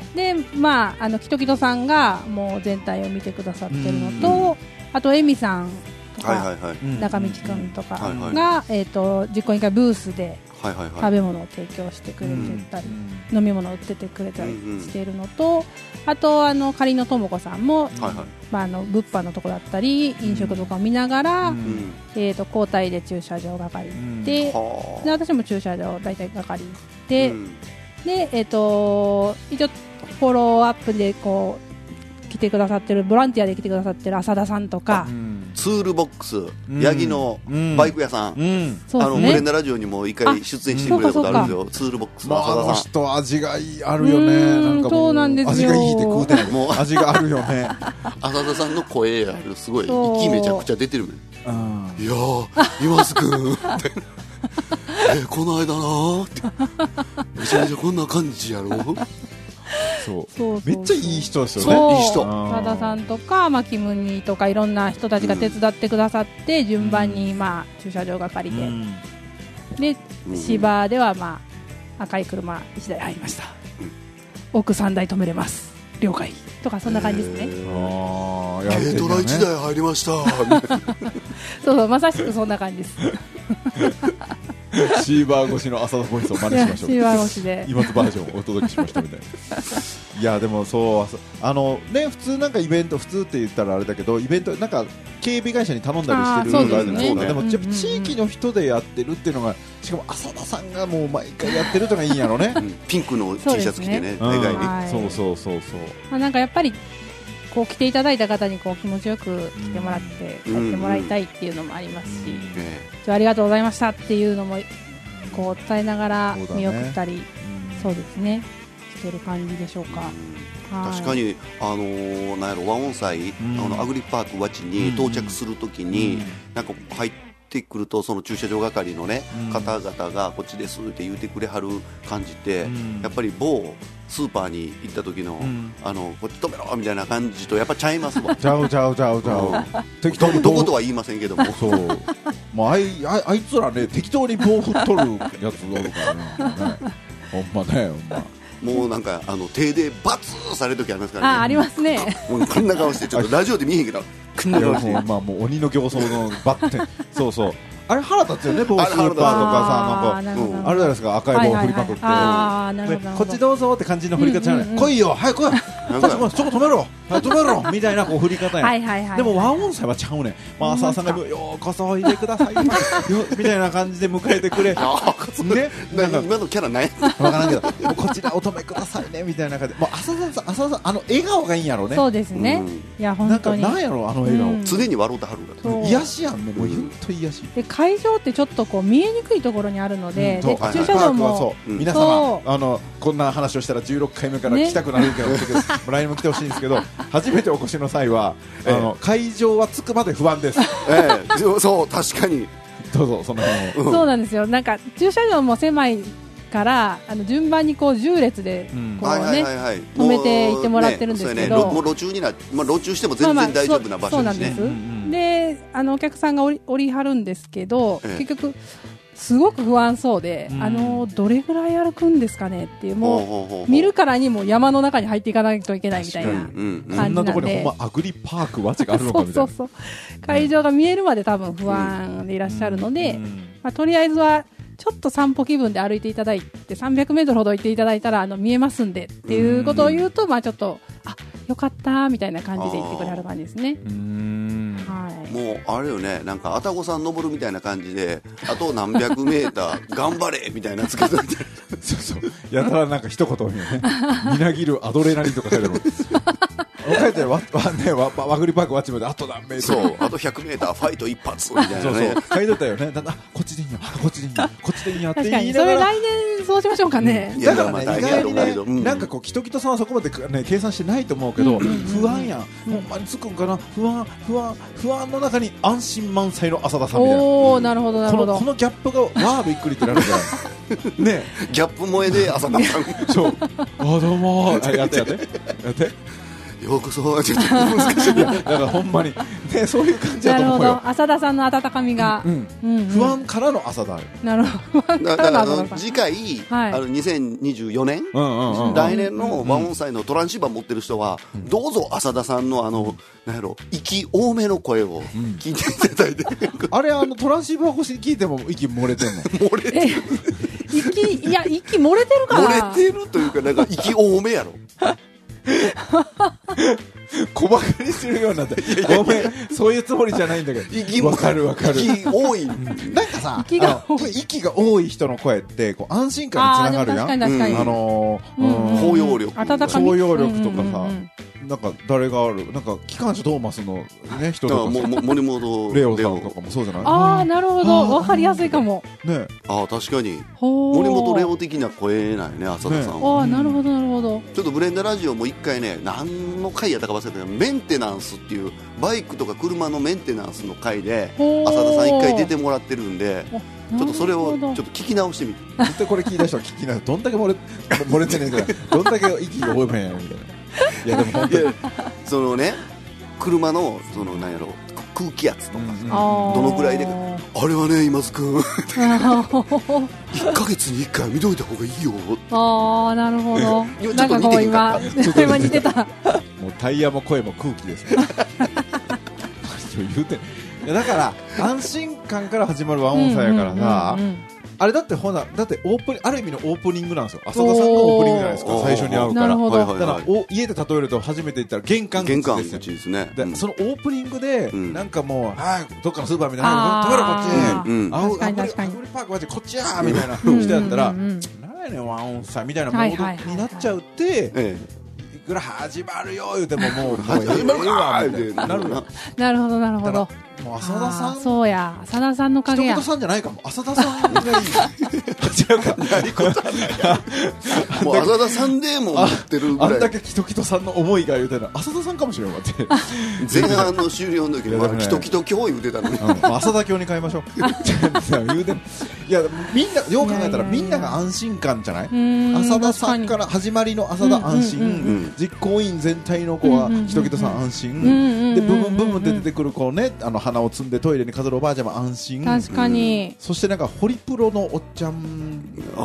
[SPEAKER 4] あ
[SPEAKER 1] でまああのキトキトさんがもう全体を見てくださってるのとあとエミさんとか、
[SPEAKER 3] はいはいはい
[SPEAKER 1] 中道くんとかが、
[SPEAKER 3] はいはい
[SPEAKER 1] えー、と実行委員会ブースで
[SPEAKER 3] はいはいは
[SPEAKER 1] 食
[SPEAKER 3] い
[SPEAKER 1] べ物を提供してくれてたり、飲み物を売っててくれたり
[SPEAKER 3] うんうん
[SPEAKER 1] しているのと、あとあの仮のともこさんも、
[SPEAKER 3] はいはい
[SPEAKER 1] まあ、あの物販のとこだったり飲食とかを見ながら、
[SPEAKER 4] うん
[SPEAKER 3] うん
[SPEAKER 1] えー、と交代で駐車場係行って、
[SPEAKER 3] は
[SPEAKER 1] で
[SPEAKER 3] あ
[SPEAKER 1] 私も駐車場大体係行って、
[SPEAKER 3] うん
[SPEAKER 1] で、えっと一応フォローアップでこう来てくださってるボランティアで来てくださってる浅田さんとか
[SPEAKER 4] うん
[SPEAKER 3] ツールボックス、
[SPEAKER 4] ん
[SPEAKER 3] ヤギの
[SPEAKER 4] うん
[SPEAKER 3] バイク屋さん、
[SPEAKER 4] うん
[SPEAKER 1] そう
[SPEAKER 3] あ
[SPEAKER 1] で
[SPEAKER 3] の
[SPEAKER 1] す
[SPEAKER 3] ブレ
[SPEAKER 1] ね
[SPEAKER 3] ンダラジオにも一回出演してくれたことあるんですよツールボックス
[SPEAKER 4] ま
[SPEAKER 3] の
[SPEAKER 4] あ、あ
[SPEAKER 3] 浅
[SPEAKER 4] の
[SPEAKER 3] 田さん
[SPEAKER 4] 人味がいいあるよね
[SPEAKER 1] うーん
[SPEAKER 4] なんかも
[SPEAKER 1] そうなんですよ
[SPEAKER 4] 味がいいって食うてない
[SPEAKER 3] も
[SPEAKER 4] も
[SPEAKER 3] う
[SPEAKER 4] う味があるよね、
[SPEAKER 3] 浅田さんの声あるすごい
[SPEAKER 1] そう
[SPEAKER 3] 息めちゃくちゃ出てるもん
[SPEAKER 4] うん、
[SPEAKER 3] いやー、岩津君って、えこの間なーって、めちゃめちゃこんな感じやろ、
[SPEAKER 4] そう
[SPEAKER 1] そうそうそう
[SPEAKER 4] めっちゃいい人ですよね
[SPEAKER 1] そう
[SPEAKER 3] いい人
[SPEAKER 1] 浅田さんとか、まあ、キムニとかいろんな人たちが手伝ってくださって、順番に、まあ、駐車場係
[SPEAKER 4] う
[SPEAKER 1] で、
[SPEAKER 4] ん
[SPEAKER 1] で
[SPEAKER 3] うん
[SPEAKER 1] 芝では、まあ、赤い車1台入りました、奥3台止めれます了解とかそんな感じですね、
[SPEAKER 4] あーやってる
[SPEAKER 3] 軽ト
[SPEAKER 4] よね
[SPEAKER 3] ラ1台入りました、
[SPEAKER 1] そうそうまさしくそんな感じです
[SPEAKER 4] シーバー越しの浅田ボイスを 真似しまし ょう
[SPEAKER 1] 芝越しで
[SPEAKER 4] 今のバージョンをお届けしましたみたいないやでもそうあそあのね普通なんかイベント普通って言ったらあれだけどイベントなんか警備会社に頼んだりしてる
[SPEAKER 1] あー
[SPEAKER 4] のがあるじゃな
[SPEAKER 3] そう
[SPEAKER 4] いですか
[SPEAKER 3] ですね
[SPEAKER 4] でも
[SPEAKER 1] うんうんうん
[SPEAKER 4] やっぱ地域の人でやってるっていうのがしかも浅田さんがもう毎回やってるってのがいいんやろね
[SPEAKER 3] うんピンクの T シャツ着てね、
[SPEAKER 4] うん
[SPEAKER 3] 大概
[SPEAKER 1] は
[SPEAKER 3] に。
[SPEAKER 1] い
[SPEAKER 4] そうそうそうそう
[SPEAKER 1] まあ、なんかやっぱりこう来ていただいた方にこう気持ちよく来てもらって帰ってもらいたいっていうのもありますし、
[SPEAKER 3] え
[SPEAKER 1] 今日ありがとうございましたっていうのもこう伝えながら
[SPEAKER 4] そうだね
[SPEAKER 1] 見送ったり
[SPEAKER 4] うん
[SPEAKER 1] そう,、ですねしてる感じでしょうか
[SPEAKER 3] え
[SPEAKER 1] はい
[SPEAKER 3] 確かに、あのーなんやろ和音祭、
[SPEAKER 4] ん
[SPEAKER 3] あのアグリパークワチに到着するときに、なんか入ってくるとその駐車場係の、ね方々がこっちですって言うてくれはる感じって、
[SPEAKER 4] ん
[SPEAKER 3] やっぱり某スーパーに行った時の、
[SPEAKER 4] ん
[SPEAKER 3] あのこっち止めろみたいな感じとやっぱちゃいま すもん
[SPEAKER 4] ちゃうちゃうちゃうちゃ
[SPEAKER 3] うん
[SPEAKER 4] う適当
[SPEAKER 3] ど
[SPEAKER 4] に
[SPEAKER 3] どことは言いませんけども
[SPEAKER 4] そうもうあいあいあいつらね適当に棒振っとるやつおるからねほんまねほんま
[SPEAKER 3] もうなんかあの手でバツーされる時ありますからね
[SPEAKER 1] あありますね
[SPEAKER 3] もうこんな顔してちょっとラジオで見えへん けどこんない
[SPEAKER 4] や
[SPEAKER 3] 顔して
[SPEAKER 4] もうまあもう鬼の形相のバッテンそうそうあれ腹立つよね某ス
[SPEAKER 3] あ
[SPEAKER 4] ー
[SPEAKER 3] れ
[SPEAKER 4] パーとかさなんか
[SPEAKER 1] なるほど
[SPEAKER 3] うん
[SPEAKER 4] あれじゃないですか赤い棒振りまくって、
[SPEAKER 1] はいはいはいあーなるほどなる
[SPEAKER 4] で
[SPEAKER 1] ほ
[SPEAKER 4] こ
[SPEAKER 1] ど
[SPEAKER 4] っちどうぞって感じの振り方じゃない、
[SPEAKER 1] うんうんうん
[SPEAKER 4] 来いよ早く来い
[SPEAKER 3] ん
[SPEAKER 4] 早く来いそこ止めろ早く止 めろみたいなこう振り方やん
[SPEAKER 1] はいはいはい
[SPEAKER 4] でも和音祭はちゃうねんマーサーさんが
[SPEAKER 1] ほんま
[SPEAKER 4] ようこそおいでくだ さいよよみたいな感じで迎えてくれね
[SPEAKER 3] あーな
[SPEAKER 4] なん
[SPEAKER 3] んか
[SPEAKER 4] か
[SPEAKER 3] 今のキャラない
[SPEAKER 4] わからんけどもうこちらお止めくださいねみたいな感じでもう浅田さん浅田さんあの笑顔がいいんやろうね
[SPEAKER 1] そうですね、
[SPEAKER 3] うん
[SPEAKER 1] いや
[SPEAKER 4] な
[SPEAKER 1] 本
[SPEAKER 4] んか
[SPEAKER 1] 当に
[SPEAKER 4] なんやろあの笑顔、
[SPEAKER 1] うん
[SPEAKER 3] 常に笑うてはるから
[SPEAKER 1] そう
[SPEAKER 4] 癒しやんねもう本当癒し
[SPEAKER 1] で会場ってちょっとこう見えにくいところにあるので,、
[SPEAKER 4] そう
[SPEAKER 1] で
[SPEAKER 4] はい
[SPEAKER 1] 駐車
[SPEAKER 4] パー
[SPEAKER 1] 場
[SPEAKER 4] クは
[SPEAKER 1] も
[SPEAKER 4] そう、
[SPEAKER 3] うん
[SPEAKER 4] 皆様
[SPEAKER 1] そ
[SPEAKER 4] あのこんな話をしたら16回目から
[SPEAKER 1] ね
[SPEAKER 4] 来たくなるけど、来年も来てほしいんですけど初めてお越しの際は、あの会場は着くまで不安です
[SPEAKER 3] ええそうそう確かに
[SPEAKER 4] どうぞその辺を
[SPEAKER 1] そうなんですよなんか駐車場も狭いからあの順番にこう10列で
[SPEAKER 4] うん
[SPEAKER 1] こうね、
[SPEAKER 3] はい
[SPEAKER 1] 止めていってもらってるんですけど
[SPEAKER 3] もうねそうやねろもう路中にな、まあ、路中しても
[SPEAKER 1] まあ
[SPEAKER 3] 全
[SPEAKER 1] まあ
[SPEAKER 3] 然大丈夫な場所です
[SPEAKER 1] そう
[SPEAKER 3] ね
[SPEAKER 1] そうなんです、であのお客さんが降り降りはるんですけど、
[SPEAKER 3] ええ
[SPEAKER 1] 結局すごく不安そうで、
[SPEAKER 4] うん
[SPEAKER 1] あのどれぐらい歩くんですかねっていうもう
[SPEAKER 3] ほうほうほうほう
[SPEAKER 1] 見るからにもう山の中に入っていかないといけないみたい
[SPEAKER 3] うん
[SPEAKER 1] な
[SPEAKER 3] うん
[SPEAKER 4] こ
[SPEAKER 1] 感
[SPEAKER 4] ん
[SPEAKER 1] じな
[SPEAKER 4] な
[SPEAKER 1] で
[SPEAKER 4] んところにほんまアグリパークわちがあるのか
[SPEAKER 1] そ
[SPEAKER 4] み
[SPEAKER 1] う
[SPEAKER 4] た
[SPEAKER 1] そ
[SPEAKER 4] いう
[SPEAKER 1] そう会場が見えるまで多分不安でいらっしゃるので、
[SPEAKER 4] な、
[SPEAKER 1] まあ、とりあえずはちょっと散歩気分で歩いていただいて300メートルほど行っていただいたらあの見えますんでっていうことを言うと、まあちょっとあよかったみたいな感じで言ってくれはる感じですね。
[SPEAKER 4] うん
[SPEAKER 1] はい。
[SPEAKER 3] もうあれよねなんかあたごさん登るみたいな感じであと何百メーター頑張れみたいなつけといて
[SPEAKER 4] そうそうやたらなんか一言言うねみなぎるアドレナリンとか書いてある書いてあるわわねわわアグリパークわちまであと何名
[SPEAKER 3] そうあと100メーターファイト一発みたいな
[SPEAKER 4] そうそ
[SPEAKER 3] ね、
[SPEAKER 4] う書いてたよね。だんだんあこっちでいいんや、あこっちでいいんや、こっちでいいんやって
[SPEAKER 1] 確か
[SPEAKER 4] 言い
[SPEAKER 1] に
[SPEAKER 4] な
[SPEAKER 1] そ
[SPEAKER 4] が
[SPEAKER 1] れ
[SPEAKER 4] ら。
[SPEAKER 1] 来年そうしましょうかね。
[SPEAKER 3] い
[SPEAKER 4] だ
[SPEAKER 3] や
[SPEAKER 4] からね、
[SPEAKER 3] まあ大
[SPEAKER 4] 意
[SPEAKER 3] 変やろ
[SPEAKER 4] 外に
[SPEAKER 3] うけど
[SPEAKER 4] ね、
[SPEAKER 3] うん
[SPEAKER 4] なんかこう、キトキトさんはそこまでね、計算してないと思うけど、不安やん、ほんまにつくんかな、不安、不安、不安の中に安心満載の浅田さんみたいな。
[SPEAKER 1] おおなるほどなる
[SPEAKER 4] こ
[SPEAKER 1] ほ
[SPEAKER 4] の、こ
[SPEAKER 1] ど。
[SPEAKER 4] のギャップが、わあ、びっくりってなるじゃん。ね、
[SPEAKER 3] ギャップ萌えで浅田さんよ
[SPEAKER 4] そう、あ、どうもー、あやってやって、やって。
[SPEAKER 3] うこ そちょっと
[SPEAKER 4] いや、だから、ほんまに、ね、そういう感じだ
[SPEAKER 1] な
[SPEAKER 4] と
[SPEAKER 1] るほ
[SPEAKER 4] 思うよ。
[SPEAKER 1] ど浅田さんの温かみが。
[SPEAKER 4] うん、
[SPEAKER 1] うんうん
[SPEAKER 4] 不安からの浅田。
[SPEAKER 1] なるほど。不安
[SPEAKER 3] だ
[SPEAKER 1] か
[SPEAKER 3] からら
[SPEAKER 1] の
[SPEAKER 3] あの
[SPEAKER 1] 浅田さ
[SPEAKER 3] 次
[SPEAKER 1] ん。
[SPEAKER 3] 回、
[SPEAKER 1] はい
[SPEAKER 3] あの2024年、
[SPEAKER 4] うん、うん、うん。
[SPEAKER 3] 来年の和音祭のトランシーバー持ってる人は、どうぞ浅田さんのあの、なんやろ、息多めの声を聞いていただいて、
[SPEAKER 4] あれあのトランシーバー越しに聞いても息漏れてんの
[SPEAKER 3] 漏れ
[SPEAKER 1] え息いや息漏れてるから。
[SPEAKER 3] 漏れてるというか、なんか息多めやろ。
[SPEAKER 4] 小馬鹿にするようになってごめんそういうつもりじゃないんだけ
[SPEAKER 3] 息
[SPEAKER 4] どわかるわかる
[SPEAKER 3] 息多い。
[SPEAKER 4] なんかさ
[SPEAKER 1] 息が
[SPEAKER 4] あの息が多い人の声ってこう安心感につながるやん
[SPEAKER 1] あーでも確かに確かに
[SPEAKER 4] あのー
[SPEAKER 1] うんうん
[SPEAKER 4] うん
[SPEAKER 3] 包容力
[SPEAKER 1] 温かみ。
[SPEAKER 4] 包容力とか
[SPEAKER 1] う
[SPEAKER 4] さ
[SPEAKER 1] んうんうん
[SPEAKER 4] なんか誰があるなんか機関車トーマスのね人
[SPEAKER 3] だから
[SPEAKER 4] とか
[SPEAKER 3] も
[SPEAKER 4] さ
[SPEAKER 3] も森本
[SPEAKER 4] レオさんとかもそうじゃない
[SPEAKER 1] ああなるほ
[SPEAKER 4] あー
[SPEAKER 1] どわかりやすいかも。
[SPEAKER 4] ね
[SPEAKER 3] ああ、確かに。
[SPEAKER 1] ほー
[SPEAKER 3] 森本レオ的な声なんやね、浅田さんは。
[SPEAKER 1] ああなるほどなるほど。
[SPEAKER 3] ちょっとブレンダラジオも一回ね、何の回やったか忘れたけど、メンテナンスっていう、バイクとか車のメンテナンスの回で、
[SPEAKER 1] ほー
[SPEAKER 3] 浅田さん一回出てもらってるんで、
[SPEAKER 1] ち
[SPEAKER 3] ちょっとそれをちょっと聞き直してみて。
[SPEAKER 4] 絶対これ聞いた人は聞きなどんだけ漏れ漏れてねえからどんだけ息が多いもんやみたいないやでも本
[SPEAKER 3] い
[SPEAKER 4] 当に
[SPEAKER 3] や そのね車のそのなんやろ空気圧とか、
[SPEAKER 4] うん
[SPEAKER 3] あど
[SPEAKER 1] ど
[SPEAKER 3] のくらいでれはね今津 君
[SPEAKER 1] あ
[SPEAKER 3] 1ヶ月に1回見といた方がいいよ
[SPEAKER 1] あなるほど
[SPEAKER 3] い やちょ
[SPEAKER 1] な
[SPEAKER 3] っ
[SPEAKER 1] んかこ
[SPEAKER 3] と似て
[SPEAKER 1] う
[SPEAKER 3] へんか
[SPEAKER 1] 今 今似てた
[SPEAKER 4] もうタイヤも声も空気です から言うていやだから安心感から始まる和音祭やからさ、
[SPEAKER 1] うんうんうんうん
[SPEAKER 4] あれだってほなだってオープニある意味のオープニングなんですよ浅田さんのオープニングじゃないですか
[SPEAKER 3] おー
[SPEAKER 4] 最初に会うか
[SPEAKER 1] な
[SPEAKER 4] ら
[SPEAKER 1] るほど
[SPEAKER 3] はいはい
[SPEAKER 4] だ
[SPEAKER 3] は
[SPEAKER 4] か
[SPEAKER 3] い
[SPEAKER 4] らお家で例えると初めて行ったら玄関口
[SPEAKER 3] 玄関
[SPEAKER 4] ですよ
[SPEAKER 3] 口ですね
[SPEAKER 4] で
[SPEAKER 3] うん
[SPEAKER 4] そのオープニングで、
[SPEAKER 3] ん
[SPEAKER 4] なんかもう、はい、どっかのスーパーみたいな、
[SPEAKER 1] あ
[SPEAKER 4] 止めろ、こっ
[SPEAKER 1] ー
[SPEAKER 4] ち、
[SPEAKER 3] うん
[SPEAKER 4] あお
[SPEAKER 1] 確かに
[SPEAKER 4] アプリ
[SPEAKER 1] 確かに
[SPEAKER 4] アプリパークはこっちやーみたいな人やったら、
[SPEAKER 1] うんうんうんうん
[SPEAKER 4] なんやねん、ワンオンさんみたいなモードになっちゃうって、
[SPEAKER 3] え
[SPEAKER 4] いくら始まるよ言うてももう
[SPEAKER 3] 始まるか
[SPEAKER 4] ええわみたいになるな
[SPEAKER 1] なるほどなる
[SPEAKER 4] だか
[SPEAKER 1] ほ
[SPEAKER 4] ら
[SPEAKER 1] ど
[SPEAKER 4] もう浅田さ
[SPEAKER 1] あ
[SPEAKER 4] ん
[SPEAKER 1] ーそうや浅田さんの
[SPEAKER 4] 一
[SPEAKER 1] 影や
[SPEAKER 4] 言さんじゃないかも浅田さんが いい違うか
[SPEAKER 3] もう浅田さんでも持ってるぐ
[SPEAKER 4] あん
[SPEAKER 3] ら
[SPEAKER 4] だ
[SPEAKER 3] い
[SPEAKER 4] けキトキトさんの思いが言うてるの浅田さんかもしれんわって
[SPEAKER 3] 前半の終了の時にまだ
[SPEAKER 4] いや
[SPEAKER 3] キ
[SPEAKER 4] で
[SPEAKER 3] ト
[SPEAKER 4] もね
[SPEAKER 3] キト今日言うてたのに
[SPEAKER 4] うんまあ浅田教に変えま しょう違う言うていやみんなよう考えた
[SPEAKER 1] い
[SPEAKER 4] ら
[SPEAKER 1] やいやいや
[SPEAKER 4] みんなが安心感じゃない
[SPEAKER 1] ーん
[SPEAKER 4] 浅田さんから始まりの浅田安心、
[SPEAKER 1] うんうん
[SPEAKER 3] うん
[SPEAKER 4] 実行委員全体の子は
[SPEAKER 1] うんうんうん
[SPEAKER 4] 人々さん安心、
[SPEAKER 1] ん
[SPEAKER 4] で
[SPEAKER 1] うん
[SPEAKER 4] ブンブンブンブンって出てくる子ねあの花を摘んでトイレに飾るおばあちゃま安心
[SPEAKER 1] 確かに、
[SPEAKER 4] そしてなんかホリプロのおっちゃん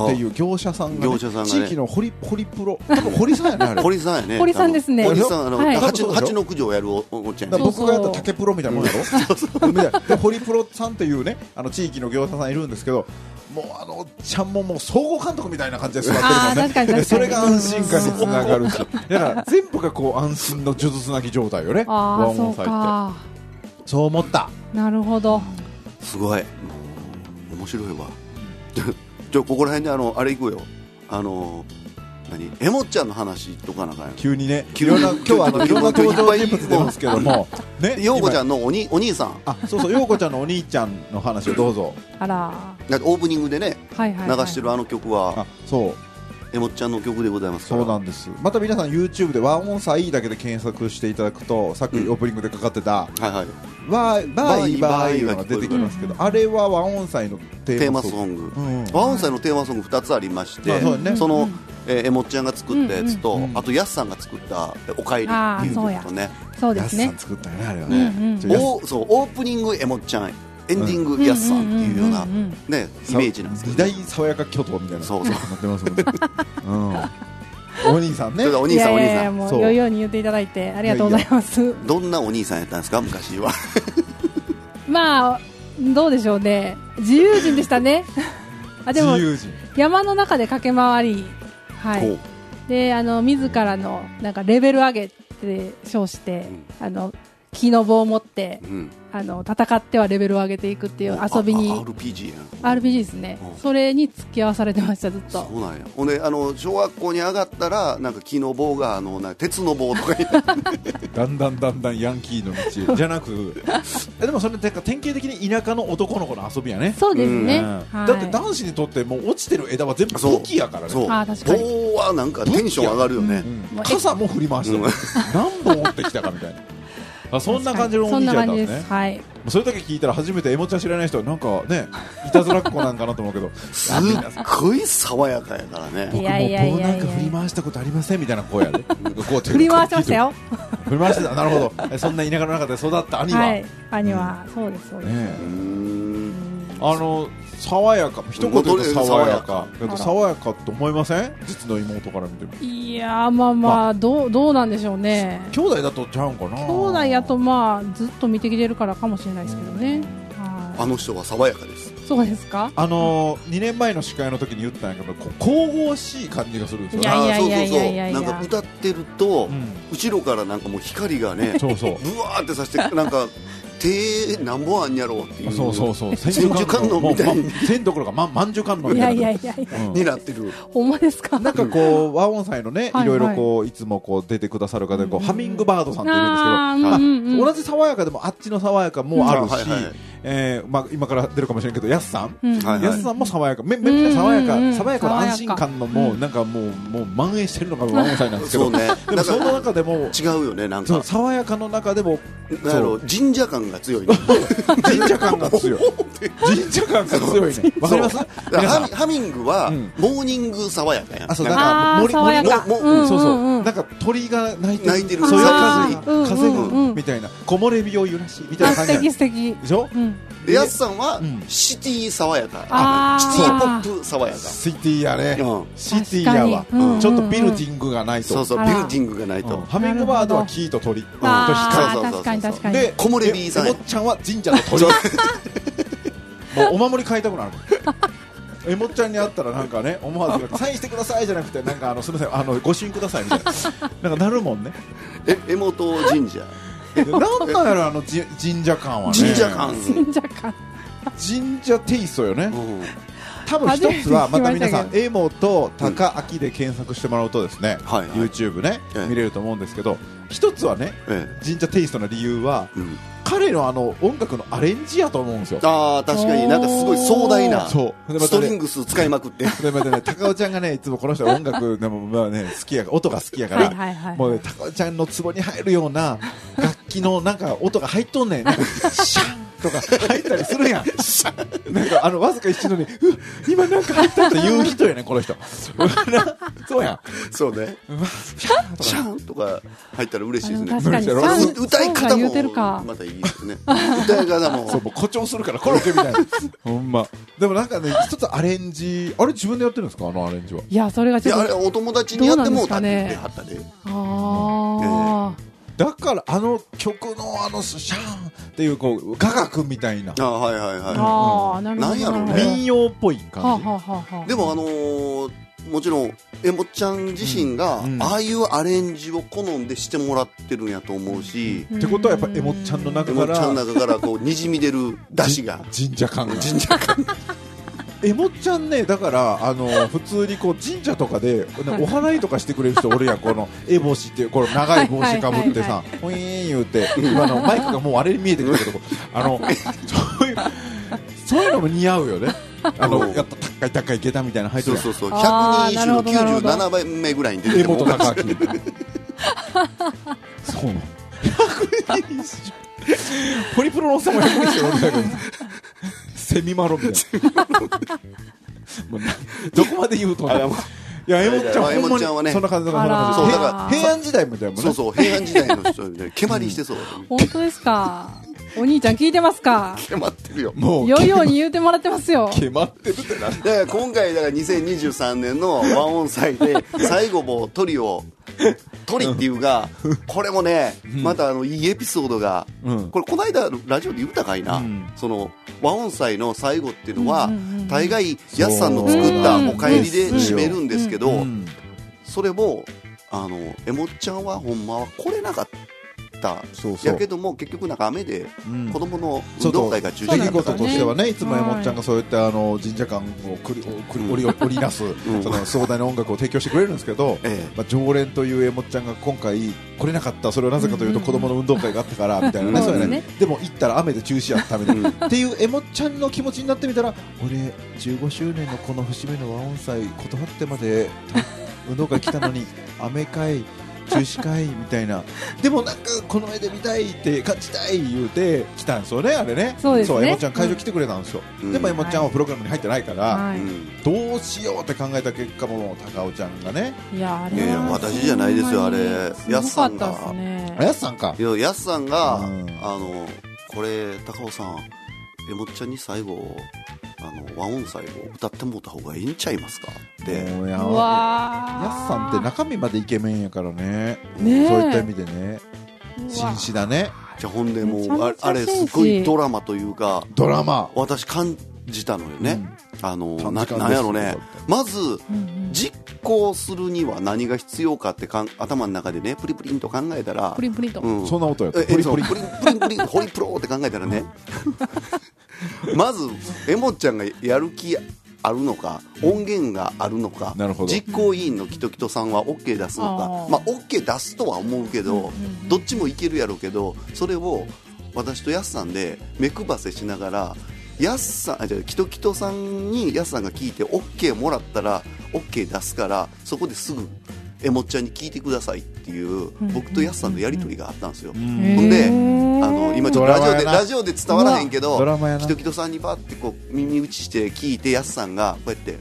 [SPEAKER 4] っていう業者さんが,、
[SPEAKER 3] 業者さんがね
[SPEAKER 4] 地域のホリホリプロ多分堀さんやねあれ
[SPEAKER 3] 堀さんやね
[SPEAKER 1] 堀さんですね
[SPEAKER 3] 多分堀さんあの、
[SPEAKER 1] はい
[SPEAKER 3] 八の八の九条やるおおっちゃん
[SPEAKER 4] だ
[SPEAKER 3] や
[SPEAKER 4] か
[SPEAKER 3] ね
[SPEAKER 4] ら僕がやった
[SPEAKER 1] そうそう
[SPEAKER 4] 竹プロみたいなもんや ろみたいなでホリプロさんっていうねあの地域の業者さんいるんですけどもうあのおっちゃんももう総合監督みたいな感じで座ってる
[SPEAKER 1] あー
[SPEAKER 4] もん
[SPEAKER 1] 確かに確か
[SPEAKER 4] ね
[SPEAKER 1] に
[SPEAKER 4] でそれが安心感につながるしだから全部がこう安心の数珠つなぎ状態よね
[SPEAKER 1] あ
[SPEAKER 4] 和
[SPEAKER 1] あそ
[SPEAKER 4] 音
[SPEAKER 1] う
[SPEAKER 4] 祭
[SPEAKER 1] か
[SPEAKER 4] ってそう思った
[SPEAKER 1] なるほど
[SPEAKER 3] すごいもう面白いわ じゃあここら辺であのあれ行くよあの何えもっちゃんの話とかなんかんや
[SPEAKER 4] 急にね
[SPEAKER 3] 急に
[SPEAKER 4] いろんな今日はあのいろんな登場人物出ますけどもね
[SPEAKER 3] 陽子ちゃ
[SPEAKER 4] ん
[SPEAKER 3] んのおにお兄さん
[SPEAKER 4] あそうそう陽子ちゃんのお兄ちゃんの話をどうぞ
[SPEAKER 1] あらは
[SPEAKER 3] だってオープニングでね
[SPEAKER 1] いはい、
[SPEAKER 3] 流
[SPEAKER 1] はい、
[SPEAKER 3] してるあの曲は
[SPEAKER 4] あそう
[SPEAKER 3] えもっちゃんの曲でございますか
[SPEAKER 4] そ
[SPEAKER 3] ら
[SPEAKER 4] うなんですまた皆さん YouTube で「和音祭」だけで検索していただくとさっきオープニングでかかってた
[SPEAKER 3] はいはい
[SPEAKER 4] 「バイバイバイ」
[SPEAKER 3] バイバイ
[SPEAKER 4] が出てきますけどあれは和音祭のテ
[SPEAKER 3] テ
[SPEAKER 4] ー
[SPEAKER 3] ー
[SPEAKER 4] マ
[SPEAKER 3] マ
[SPEAKER 4] ソング
[SPEAKER 3] ソング
[SPEAKER 4] うんうん
[SPEAKER 3] 和音祭のテーマソング2つありまして、
[SPEAKER 4] まあそうだね
[SPEAKER 3] その、えーえもっちゃんが作ったやつと、
[SPEAKER 4] うんうん
[SPEAKER 3] あとやすさんが作った「おかえり」っていう曲とね
[SPEAKER 1] そうで
[SPEAKER 4] や
[SPEAKER 1] す
[SPEAKER 4] すさ
[SPEAKER 1] ね
[SPEAKER 4] ん作ったよねあれは
[SPEAKER 1] うんう
[SPEAKER 4] ね
[SPEAKER 1] ん
[SPEAKER 4] ちょやす
[SPEAKER 3] おそうオープニングえもっちゃんエンディングやすさんっていうような、
[SPEAKER 1] んんん
[SPEAKER 3] ね、イメージなんですけ
[SPEAKER 4] 二
[SPEAKER 3] ど
[SPEAKER 4] 大爽やか巨頭みたいな
[SPEAKER 3] そうそう
[SPEAKER 4] なってますもんねうんお兄さんね
[SPEAKER 3] ちょっとお
[SPEAKER 1] お
[SPEAKER 3] 兄さんお兄
[SPEAKER 1] いやいやい
[SPEAKER 3] さ
[SPEAKER 1] や
[SPEAKER 3] ん
[SPEAKER 1] もう
[SPEAKER 4] そう
[SPEAKER 1] 余裕に言っていただいてありがとうございます
[SPEAKER 3] どんなお兄さんやったんですか昔は
[SPEAKER 1] まあどうでしょうね自由人でしたねあでも
[SPEAKER 4] 自由人
[SPEAKER 1] 山の中で駆け回りは
[SPEAKER 3] こ
[SPEAKER 1] いうであの自らのなんかレベル上げって称して、あの木の棒を持って
[SPEAKER 3] うん
[SPEAKER 1] あの戦ってはレベルを上げていくっていう遊び
[SPEAKER 3] ああ
[SPEAKER 1] に
[SPEAKER 3] RPG やん
[SPEAKER 1] RPG ですね
[SPEAKER 3] うん
[SPEAKER 1] それに付き合わされてましたずっと
[SPEAKER 3] そうなんやほんであの小学校に上がったらなんか木の棒があのなんか鉄の棒とかに
[SPEAKER 4] だんだんだんだんヤンキーの道へじゃな くえでもそれてか典型的に田舎の男の子の遊びやね
[SPEAKER 1] そうですね、
[SPEAKER 4] うん
[SPEAKER 1] はい
[SPEAKER 4] だって男子にとってもう落ちてる枝は全部
[SPEAKER 3] そう
[SPEAKER 4] 武器やからね
[SPEAKER 3] そう
[SPEAKER 1] あー確かに
[SPEAKER 3] 棒はなんかテンション上がるよね、
[SPEAKER 1] もう
[SPEAKER 4] 傘も振り回したもん、
[SPEAKER 3] うん
[SPEAKER 4] 何本持ってきたかみたいな あそんな感じのお兄ちゃんだったんです
[SPEAKER 1] そんな感じで
[SPEAKER 4] ね
[SPEAKER 1] すはい
[SPEAKER 4] それだけ聞いたら初めてエモちゃん知らない人はなんかねいたずらっ子なんかなと思うけど
[SPEAKER 3] すっごい爽やかやからね
[SPEAKER 1] い
[SPEAKER 4] 僕も
[SPEAKER 1] やいやいやいや
[SPEAKER 4] 棒なんか振り回したことありませんみたいな声やで振
[SPEAKER 1] 振り回してましたよ
[SPEAKER 4] 振り回してたなるほどえそんな田舎の中で育った兄は、
[SPEAKER 1] は
[SPEAKER 4] ね
[SPEAKER 1] い兄は、そうですそうです、
[SPEAKER 4] え
[SPEAKER 3] うーん
[SPEAKER 4] あの爽やか一言で言うと爽やか
[SPEAKER 1] やか
[SPEAKER 4] 爽やかって思いません実の妹から見ても
[SPEAKER 1] いやーまあまあどうどうなんでしょうね
[SPEAKER 4] 兄弟だとちゃうんかな
[SPEAKER 1] 兄弟やとまあずっと見てきてるからかもしれないですけどねは
[SPEAKER 3] あの人は爽やかです
[SPEAKER 1] いそうですか
[SPEAKER 4] あのー、2年前の司会の時に言ったんやけどこう神々しい感じがするんですよ
[SPEAKER 1] いや
[SPEAKER 4] ね
[SPEAKER 1] いやいや
[SPEAKER 3] あーそうそう
[SPEAKER 1] い
[SPEAKER 3] そう
[SPEAKER 1] やいやい
[SPEAKER 3] な
[SPEAKER 1] や
[SPEAKER 3] んか歌ってると、
[SPEAKER 4] うん
[SPEAKER 3] 後ろからなんかもう光がね
[SPEAKER 4] そうそう
[SPEAKER 3] ぶわーってさしてなんか手なんぼあんやろうっていう
[SPEAKER 4] そうそうそう千
[SPEAKER 3] 千手観音みたいな
[SPEAKER 4] もうま千どころかままんじゅう観音み
[SPEAKER 1] い
[SPEAKER 4] た
[SPEAKER 1] やいや
[SPEAKER 4] いなうん
[SPEAKER 1] いやいや
[SPEAKER 3] になってる
[SPEAKER 1] ほんまですか
[SPEAKER 4] なんかこう和音祭のね
[SPEAKER 1] はい
[SPEAKER 4] いろいろこういつもこう出てくださる方でこうハミングバードさんっていうんですけど
[SPEAKER 1] あーうんうんうん
[SPEAKER 4] 同じ爽やかでもあっちの爽やかもある
[SPEAKER 3] う
[SPEAKER 4] し
[SPEAKER 3] んはいはいはい
[SPEAKER 4] えーまあ今から出るかもしれんけどやすさん
[SPEAKER 1] うん
[SPEAKER 3] はい
[SPEAKER 4] やすさんも爽やかめめっちゃ爽や
[SPEAKER 1] うんうんうん
[SPEAKER 4] か爽やかの安心感のも
[SPEAKER 1] う
[SPEAKER 4] うなんかもうもう蔓延してるのが和音祭なんですけ
[SPEAKER 3] そ
[SPEAKER 4] ど
[SPEAKER 3] うね
[SPEAKER 4] でも
[SPEAKER 3] なん
[SPEAKER 4] その
[SPEAKER 3] か
[SPEAKER 4] 中でも
[SPEAKER 3] 違うよねなん
[SPEAKER 4] そ
[SPEAKER 3] か
[SPEAKER 4] う爽やかの中 でも
[SPEAKER 3] なんやろ神社感が 強いね
[SPEAKER 4] 神社感が強い神社感が強いねわかります
[SPEAKER 3] そうだから
[SPEAKER 4] 皆
[SPEAKER 3] ハ
[SPEAKER 4] さん
[SPEAKER 3] ミハミングは、
[SPEAKER 4] うん
[SPEAKER 3] モーニング爽やかやん
[SPEAKER 4] あそう
[SPEAKER 3] な
[SPEAKER 4] だ
[SPEAKER 3] ん
[SPEAKER 4] か
[SPEAKER 3] から
[SPEAKER 1] あー
[SPEAKER 4] 森
[SPEAKER 1] 爽や
[SPEAKER 4] 森の
[SPEAKER 1] か
[SPEAKER 3] も
[SPEAKER 1] うんうんうん
[SPEAKER 4] そうそうなんか鳥が鳴いてる
[SPEAKER 3] 鳴いてる
[SPEAKER 4] そういう
[SPEAKER 3] あ
[SPEAKER 4] 風
[SPEAKER 3] ー
[SPEAKER 4] が風
[SPEAKER 1] うんうんう
[SPEAKER 4] が
[SPEAKER 1] ん
[SPEAKER 4] みたいな木漏れ日を揺らしみたい
[SPEAKER 1] あ
[SPEAKER 4] な感
[SPEAKER 1] 素
[SPEAKER 4] じなん
[SPEAKER 1] 敵
[SPEAKER 4] で
[SPEAKER 1] 素敵
[SPEAKER 4] しょ
[SPEAKER 1] うん
[SPEAKER 3] でやすさんは、
[SPEAKER 4] うん
[SPEAKER 3] シティ爽やか
[SPEAKER 1] あー
[SPEAKER 3] シティポップ爽やか
[SPEAKER 4] シティやね
[SPEAKER 3] うん
[SPEAKER 4] シティやわ
[SPEAKER 1] 確かにうんうんうん
[SPEAKER 4] ちょっとビルディングがない
[SPEAKER 3] そう
[SPEAKER 4] と
[SPEAKER 3] そう
[SPEAKER 1] あ
[SPEAKER 3] ビ
[SPEAKER 1] ら
[SPEAKER 3] ルディングがないと、
[SPEAKER 4] うんハミングバードは木と鳥
[SPEAKER 3] うん
[SPEAKER 1] あ
[SPEAKER 3] そうそうそ
[SPEAKER 1] ー
[SPEAKER 3] うそ
[SPEAKER 1] 確
[SPEAKER 3] う
[SPEAKER 1] かに確かに
[SPEAKER 4] で
[SPEAKER 3] 木漏れ日さん
[SPEAKER 4] え
[SPEAKER 3] や
[SPEAKER 4] おっちゃんは神社の 鳥もうお守り買いたくなる えもっちゃんに会ったらなんかね思わずサインしてくださいじゃなくてなんかあのすみませんあのご支援くださいみたい ななんかなるもんね
[SPEAKER 3] え江本神社
[SPEAKER 4] で なんなんやろあのじ神社感はね
[SPEAKER 3] 神社感、
[SPEAKER 1] 神社か
[SPEAKER 4] 神社テイストよね
[SPEAKER 3] うん
[SPEAKER 4] 多分一つは
[SPEAKER 1] 初めて聞きましたけ
[SPEAKER 4] また
[SPEAKER 1] ど
[SPEAKER 4] 皆さん「エモ」と「高秋」で検索してもらうとですね、
[SPEAKER 3] はいはい
[SPEAKER 4] YouTube ね、
[SPEAKER 3] ええ
[SPEAKER 4] 見れると思うんですけど一つはね
[SPEAKER 3] え
[SPEAKER 4] 神社テイストの理由は
[SPEAKER 3] えうん
[SPEAKER 4] 彼のあの音楽のアレンジやと思うんですよ
[SPEAKER 3] ああ確かになんかすごい壮大な
[SPEAKER 4] そうでま
[SPEAKER 3] ス
[SPEAKER 4] た
[SPEAKER 3] トリン
[SPEAKER 4] ね
[SPEAKER 3] グス使いまくって
[SPEAKER 4] でまたね高尾ちゃんがねいつもこの人は音楽でもまあね好きやから音が好きやか
[SPEAKER 1] はい
[SPEAKER 4] ら
[SPEAKER 1] はいはい
[SPEAKER 4] もうね、高尾ちゃんの壺に入るような楽器のなんか音が入っとんねん、なんかシャンとか入ったりするやん、なんかあのわずか一瞬のに、うっ今なんか入ったって言う人やねん、この人、 そうやん、
[SPEAKER 3] そうね シャンとか入ったら嬉しいですね
[SPEAKER 1] あの確かにシャン
[SPEAKER 3] う歌い
[SPEAKER 1] シャンが
[SPEAKER 3] 方
[SPEAKER 1] 言う
[SPEAKER 3] も
[SPEAKER 1] てるか
[SPEAKER 3] またいいですね歌い方
[SPEAKER 4] そう
[SPEAKER 3] も
[SPEAKER 4] もう誇張するから、コロッケみたいな、ほんま、でもなんかね、一つアレンジ、あれ、自分でやってるんですか、あのアレンジは。
[SPEAKER 1] いやそれが
[SPEAKER 3] い
[SPEAKER 1] ち
[SPEAKER 3] や
[SPEAKER 1] ょ
[SPEAKER 3] あ
[SPEAKER 1] っ
[SPEAKER 3] れ
[SPEAKER 1] と
[SPEAKER 3] お友達にやってもうたって言って
[SPEAKER 1] どう
[SPEAKER 3] はったで
[SPEAKER 1] ああ、
[SPEAKER 4] だから、あの曲の、あのシャンっていう、こう、雅楽みたいな
[SPEAKER 3] あ、ーはいはいは
[SPEAKER 1] ああなるほど
[SPEAKER 3] なんやろうね
[SPEAKER 1] なるほど
[SPEAKER 4] 民謡っぽい
[SPEAKER 1] はあ
[SPEAKER 4] 感
[SPEAKER 1] はあはあはい
[SPEAKER 3] でもあのーもちろんえもっちゃん自身が
[SPEAKER 4] うんうん
[SPEAKER 3] ああいうアレンジを好んでしてもらってるんやと思うし
[SPEAKER 4] じ。ってことは、やっぱ、エモちゃんの
[SPEAKER 3] え
[SPEAKER 4] 中
[SPEAKER 3] も
[SPEAKER 4] か
[SPEAKER 3] っちゃん
[SPEAKER 4] ら
[SPEAKER 3] の、中からこうにじみ出る出汁が
[SPEAKER 4] じ神社感が。
[SPEAKER 3] 神社か
[SPEAKER 4] エモちゃんねだからあの普通にこう神社とかで
[SPEAKER 1] はい
[SPEAKER 4] お祓いとかしてくれる人おるやんこのエボシっていうこの長い帽子かぶってさ「ウィーン」言うて今のマイクがもうあれに見えてくるけどあのそういうそういうのも似合うよねあ
[SPEAKER 3] う
[SPEAKER 4] の
[SPEAKER 3] ん
[SPEAKER 4] やっぱ高い高い下駄みたいなの入って
[SPEAKER 3] そ
[SPEAKER 4] る
[SPEAKER 3] う
[SPEAKER 4] やん
[SPEAKER 3] そうそう
[SPEAKER 1] あーなるほどなるほど
[SPEAKER 3] 120の97倍目ぐらいに出て
[SPEAKER 4] エ
[SPEAKER 3] ても
[SPEAKER 4] モ
[SPEAKER 3] お
[SPEAKER 4] と
[SPEAKER 3] かし
[SPEAKER 4] 高
[SPEAKER 3] く
[SPEAKER 4] 明 そうなの120ホリプロのおっさんも120おるんだけどセミマロみたいなもうな どこまで言うとんねんいやエモちゃん
[SPEAKER 3] あエ
[SPEAKER 4] ほん
[SPEAKER 3] モ
[SPEAKER 4] ま
[SPEAKER 3] ちゃんは
[SPEAKER 4] に
[SPEAKER 3] ね
[SPEAKER 4] そんな感じだから
[SPEAKER 1] あら
[SPEAKER 4] そんな感じ
[SPEAKER 3] そうだ
[SPEAKER 1] あ
[SPEAKER 3] か
[SPEAKER 1] ー
[SPEAKER 4] 平安時代みたいなもん
[SPEAKER 3] そう
[SPEAKER 4] ね
[SPEAKER 3] そう平安時代の人 で蹴鞠してそうだと思う
[SPEAKER 1] 本当ですかお兄ちゃん聞いてますか
[SPEAKER 3] 蹴鞠ってるよ
[SPEAKER 4] もう
[SPEAKER 1] よいように言うてもらってますよ
[SPEAKER 4] 決まってるってな
[SPEAKER 3] だから今回だから2023年の和音祭 で最後もトリをトリっていうがこれもねまたあのいいエピソードが、
[SPEAKER 4] うん
[SPEAKER 3] これこの間ラジオで言ったかいな、
[SPEAKER 4] うん
[SPEAKER 3] その和音祭の最後っていうのは、
[SPEAKER 1] うんうんうん
[SPEAKER 3] 大概やすさんの作った
[SPEAKER 1] そう
[SPEAKER 3] 「お帰り」で
[SPEAKER 4] で
[SPEAKER 3] 締
[SPEAKER 4] すよ
[SPEAKER 3] めるんですけど、
[SPEAKER 4] うん
[SPEAKER 3] それもあのえもっちゃんはほんまは来れなかった
[SPEAKER 4] そうそ
[SPEAKER 3] や
[SPEAKER 4] う
[SPEAKER 3] けども結局なんか雨で
[SPEAKER 4] うん
[SPEAKER 3] 子供の運動会が中
[SPEAKER 4] 出
[SPEAKER 3] 止に
[SPEAKER 4] 来
[SPEAKER 3] なっ
[SPEAKER 4] 事
[SPEAKER 3] た
[SPEAKER 4] と
[SPEAKER 3] から
[SPEAKER 4] してはね、いつも
[SPEAKER 1] はい
[SPEAKER 4] 山本ちゃんがそうやってあの神社感をくりくり織り織りなす、
[SPEAKER 3] ん
[SPEAKER 4] その壮大な音楽を提供してくれるんですけど、
[SPEAKER 3] ええ
[SPEAKER 4] まあ、常連という山本ちゃんが今回来れなかった、それはなぜかというと
[SPEAKER 1] うん
[SPEAKER 4] 子供の運動会があっ たからみたいなね、
[SPEAKER 1] そ
[SPEAKER 4] そうれ
[SPEAKER 1] ですね
[SPEAKER 4] ねでも行ったら雨で中止やったみたいな。
[SPEAKER 3] うん
[SPEAKER 4] っていうエモちゃんの気持ちになってみたら俺15周年のこの節目の和音祭断ってまで運動会来たのに 雨会中止会みたいなでもなんかこの絵で見たいって勝ちたい言うて来たんですよねあれね
[SPEAKER 1] そうですね
[SPEAKER 4] エモちゃん会場来てくれたんですよ、
[SPEAKER 3] うん
[SPEAKER 4] でもエモちゃんはプログラムに入ってないから、
[SPEAKER 1] は
[SPEAKER 3] うん
[SPEAKER 4] どうしようって考えた結果も高尾ちゃんがね
[SPEAKER 1] いいやあれ
[SPEAKER 3] いやいや
[SPEAKER 1] は
[SPEAKER 3] 私じゃないですよ
[SPEAKER 1] ほんまに
[SPEAKER 3] あれ
[SPEAKER 1] すご
[SPEAKER 3] やす
[SPEAKER 1] か
[SPEAKER 3] さ
[SPEAKER 1] っ
[SPEAKER 3] ん
[SPEAKER 1] た
[SPEAKER 3] が
[SPEAKER 1] ですね
[SPEAKER 4] あやつさんか
[SPEAKER 3] いや、やすさんが、
[SPEAKER 4] うん
[SPEAKER 3] あの、これ、高尾さん、えもっちゃんに最後、あの、和音祭を歌ってもうた方がいいんちゃいますかって。
[SPEAKER 4] もうや
[SPEAKER 1] うわ
[SPEAKER 4] やすさんって中身までイケメンやからね
[SPEAKER 1] ねえ
[SPEAKER 4] そういった意味でね紳士
[SPEAKER 1] だ
[SPEAKER 4] だね
[SPEAKER 3] じゃあほんでも
[SPEAKER 1] めちゃめ
[SPEAKER 3] う、
[SPEAKER 1] ちゃ
[SPEAKER 3] ああれ、
[SPEAKER 1] 紳士
[SPEAKER 3] すごいドラマというか、
[SPEAKER 4] ドラマ
[SPEAKER 3] 私感じたのよね。あの、な
[SPEAKER 4] 短時間です
[SPEAKER 3] なんやろね。まず、
[SPEAKER 1] うんうん
[SPEAKER 3] 実行するには何が必要かってかん頭の中でね、プリプリンと考えたら
[SPEAKER 1] プ、リンプリンと
[SPEAKER 3] うん
[SPEAKER 4] そんな音やった
[SPEAKER 3] え
[SPEAKER 4] ポリポ
[SPEAKER 3] えそう
[SPEAKER 4] リ
[SPEAKER 3] プリンプリンプリンホリプロって考えたらねまずえもっちゃんがやる気あるのか音源があるのか
[SPEAKER 4] なるほど
[SPEAKER 3] 実行委員のキトキトさんは OK 出すのか
[SPEAKER 1] あー
[SPEAKER 3] まあ、OK 出すとは思うけど、どっちもいけるやろうけどそれを私とやすさんで目配せしながらやすさんあじゃあキトキトさんにやすさんが聞いて OK もらったら OK 出すからそこですぐえもっちゃんに聞いてくださいっていう僕とやすさんのやり取りがあったんですよ。
[SPEAKER 1] へー
[SPEAKER 3] ほんで、あの今ちょっとラジ
[SPEAKER 4] ド
[SPEAKER 3] オ
[SPEAKER 4] ラマ
[SPEAKER 3] で
[SPEAKER 4] やな
[SPEAKER 3] ラジオで伝わらへんけど、
[SPEAKER 4] ドラマやな
[SPEAKER 3] キトキトさんにバってこう耳打ちして聞いて、やすさんがこうやって。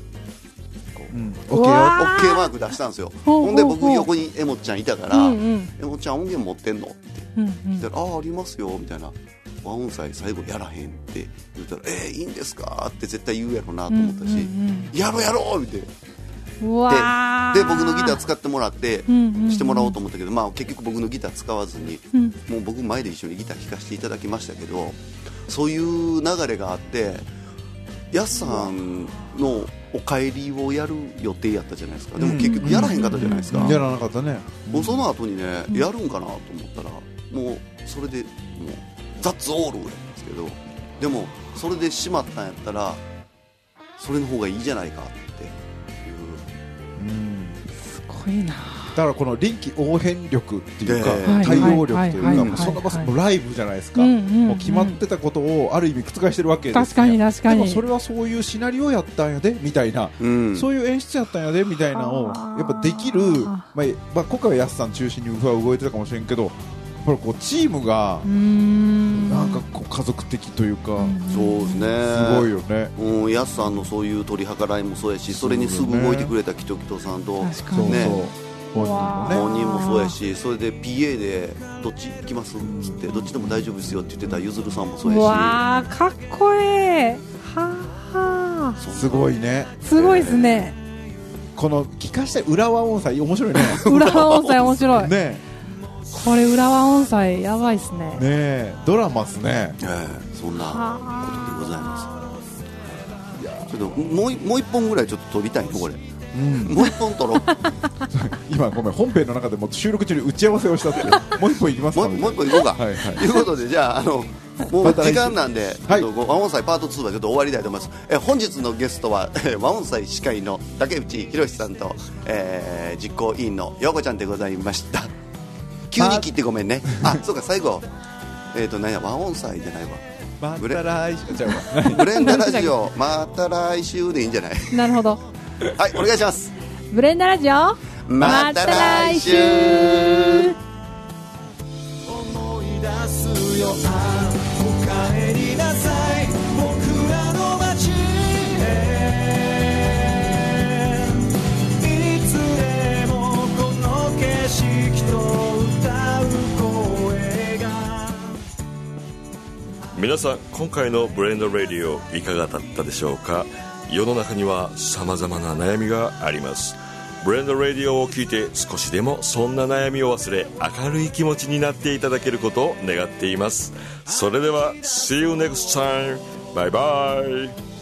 [SPEAKER 4] うん
[SPEAKER 1] うわ
[SPEAKER 3] OK マーク出したんですよ
[SPEAKER 1] ほうほうほう
[SPEAKER 3] ほんで僕横にえもっちゃんいたから
[SPEAKER 1] うんうん
[SPEAKER 3] 「えもっちゃん音源持ってんの?」って
[SPEAKER 1] うん
[SPEAKER 3] 言ったら「ああありますよ」みたいな「和音祭最後やらへん」って言ったら「えー、いいんですか?」って絶対言うやろなと思ったし「やろうやろう!」みたいな
[SPEAKER 1] うんうわ
[SPEAKER 3] で僕のギター使ってもらって
[SPEAKER 1] うんうんうん
[SPEAKER 3] してもらおうと思ったけど、まあ、結局僕のギター使わずに、
[SPEAKER 1] うん
[SPEAKER 3] もう僕前で一緒にギター弾かせていただきましたけどそういう流れがあってやすさんの「お帰り」をやる予定やったじゃないですかでも結局やらへんかったじゃないですか、
[SPEAKER 4] やらなかったね
[SPEAKER 3] もうその後にねやるんかなと思ったらもうそれでもう「ザッツオール」やったんですけどでもそれでしまったんやったらそれの方がいいじゃないかっていう
[SPEAKER 1] すごいな
[SPEAKER 4] からこの臨機応変力っていうか
[SPEAKER 3] え
[SPEAKER 1] え
[SPEAKER 4] 対応力とい
[SPEAKER 1] は
[SPEAKER 4] う
[SPEAKER 1] い
[SPEAKER 4] か
[SPEAKER 1] はい
[SPEAKER 4] もうその場
[SPEAKER 1] はい
[SPEAKER 4] もうライブじゃないですか、
[SPEAKER 1] うんうんうん
[SPEAKER 4] もう決まってたことをある意味覆してるわけです、ね、
[SPEAKER 1] 確かに確かに
[SPEAKER 4] でもそれはそういうシナリオやったんやでみたいな、
[SPEAKER 3] うん
[SPEAKER 4] そういう演出やったんやでみたいなのを
[SPEAKER 1] あー
[SPEAKER 4] やっぱできる、まあまあ、今回はやすさん中心にウフは動いてたかもしれんけどやっぱりこうチームが
[SPEAKER 1] うーん
[SPEAKER 4] なんかこう家族的というか、
[SPEAKER 3] そうですね
[SPEAKER 4] すごいよね。
[SPEAKER 3] うん、やすさんのそういう取り計らいもそうやしそれにすぐ動いてくれたキトキトさんと、
[SPEAKER 1] 確か
[SPEAKER 4] そう
[SPEAKER 1] に
[SPEAKER 4] そう、
[SPEAKER 3] ね
[SPEAKER 4] 本人
[SPEAKER 1] う
[SPEAKER 4] もね
[SPEAKER 1] わ
[SPEAKER 3] 本人もそうやしそれで PA でどっち行きますっつってどっちでも大丈夫ですよって言ってたゆずるさんもそう
[SPEAKER 1] う
[SPEAKER 3] や
[SPEAKER 1] わーかっこええはあ
[SPEAKER 3] し
[SPEAKER 4] すごいね
[SPEAKER 1] すごいですね
[SPEAKER 4] この聞かした浦和音祭面白いね
[SPEAKER 1] 浦和音祭面白い、
[SPEAKER 4] ね
[SPEAKER 1] これ浦和音祭やばいですね
[SPEAKER 4] えねえドラマっすね
[SPEAKER 3] ええそんなことでございますちょっともういもう一本ぐらいちょっと撮りたいのこれもう一本撮ろう
[SPEAKER 4] 今ごめん本編の中でも収録中に打ち合わせをしたっていうもう一本いきます
[SPEAKER 3] も
[SPEAKER 4] か
[SPEAKER 3] うもう一本行こうか、
[SPEAKER 4] はいはい
[SPEAKER 3] ということでじゃああのもう
[SPEAKER 4] また来週
[SPEAKER 3] 時間なんで、
[SPEAKER 4] はい
[SPEAKER 3] ちょっとご和音祭パート2はちょっと終わりたいと思いますえ本日のゲストはえ和音祭司会の竹内宏さんと、えー実行委員の陽子ちゃんでございました急に切ってごめんねあそうか最後えっ、と何や和音祭じゃないわ
[SPEAKER 4] ま
[SPEAKER 3] ブレ
[SPEAKER 4] た来週じゃあ
[SPEAKER 3] ブレンダラジオまた来週でいいんじゃない
[SPEAKER 1] なるほど
[SPEAKER 3] はいお願いします
[SPEAKER 1] ブレンダラジオ
[SPEAKER 3] また来週
[SPEAKER 2] 思い出すよああお帰りなさい僕らの街へいつでもこの景色と歌う声が
[SPEAKER 6] 皆さん今回のブレンドレディオいかがだったでしょうか世の中には様々な悩みがありますブレンドレディオを聞いて少しでもそんな悩みを忘れ明るい気持ちになっていただけることを願っていますそれでは See you next time バイバイ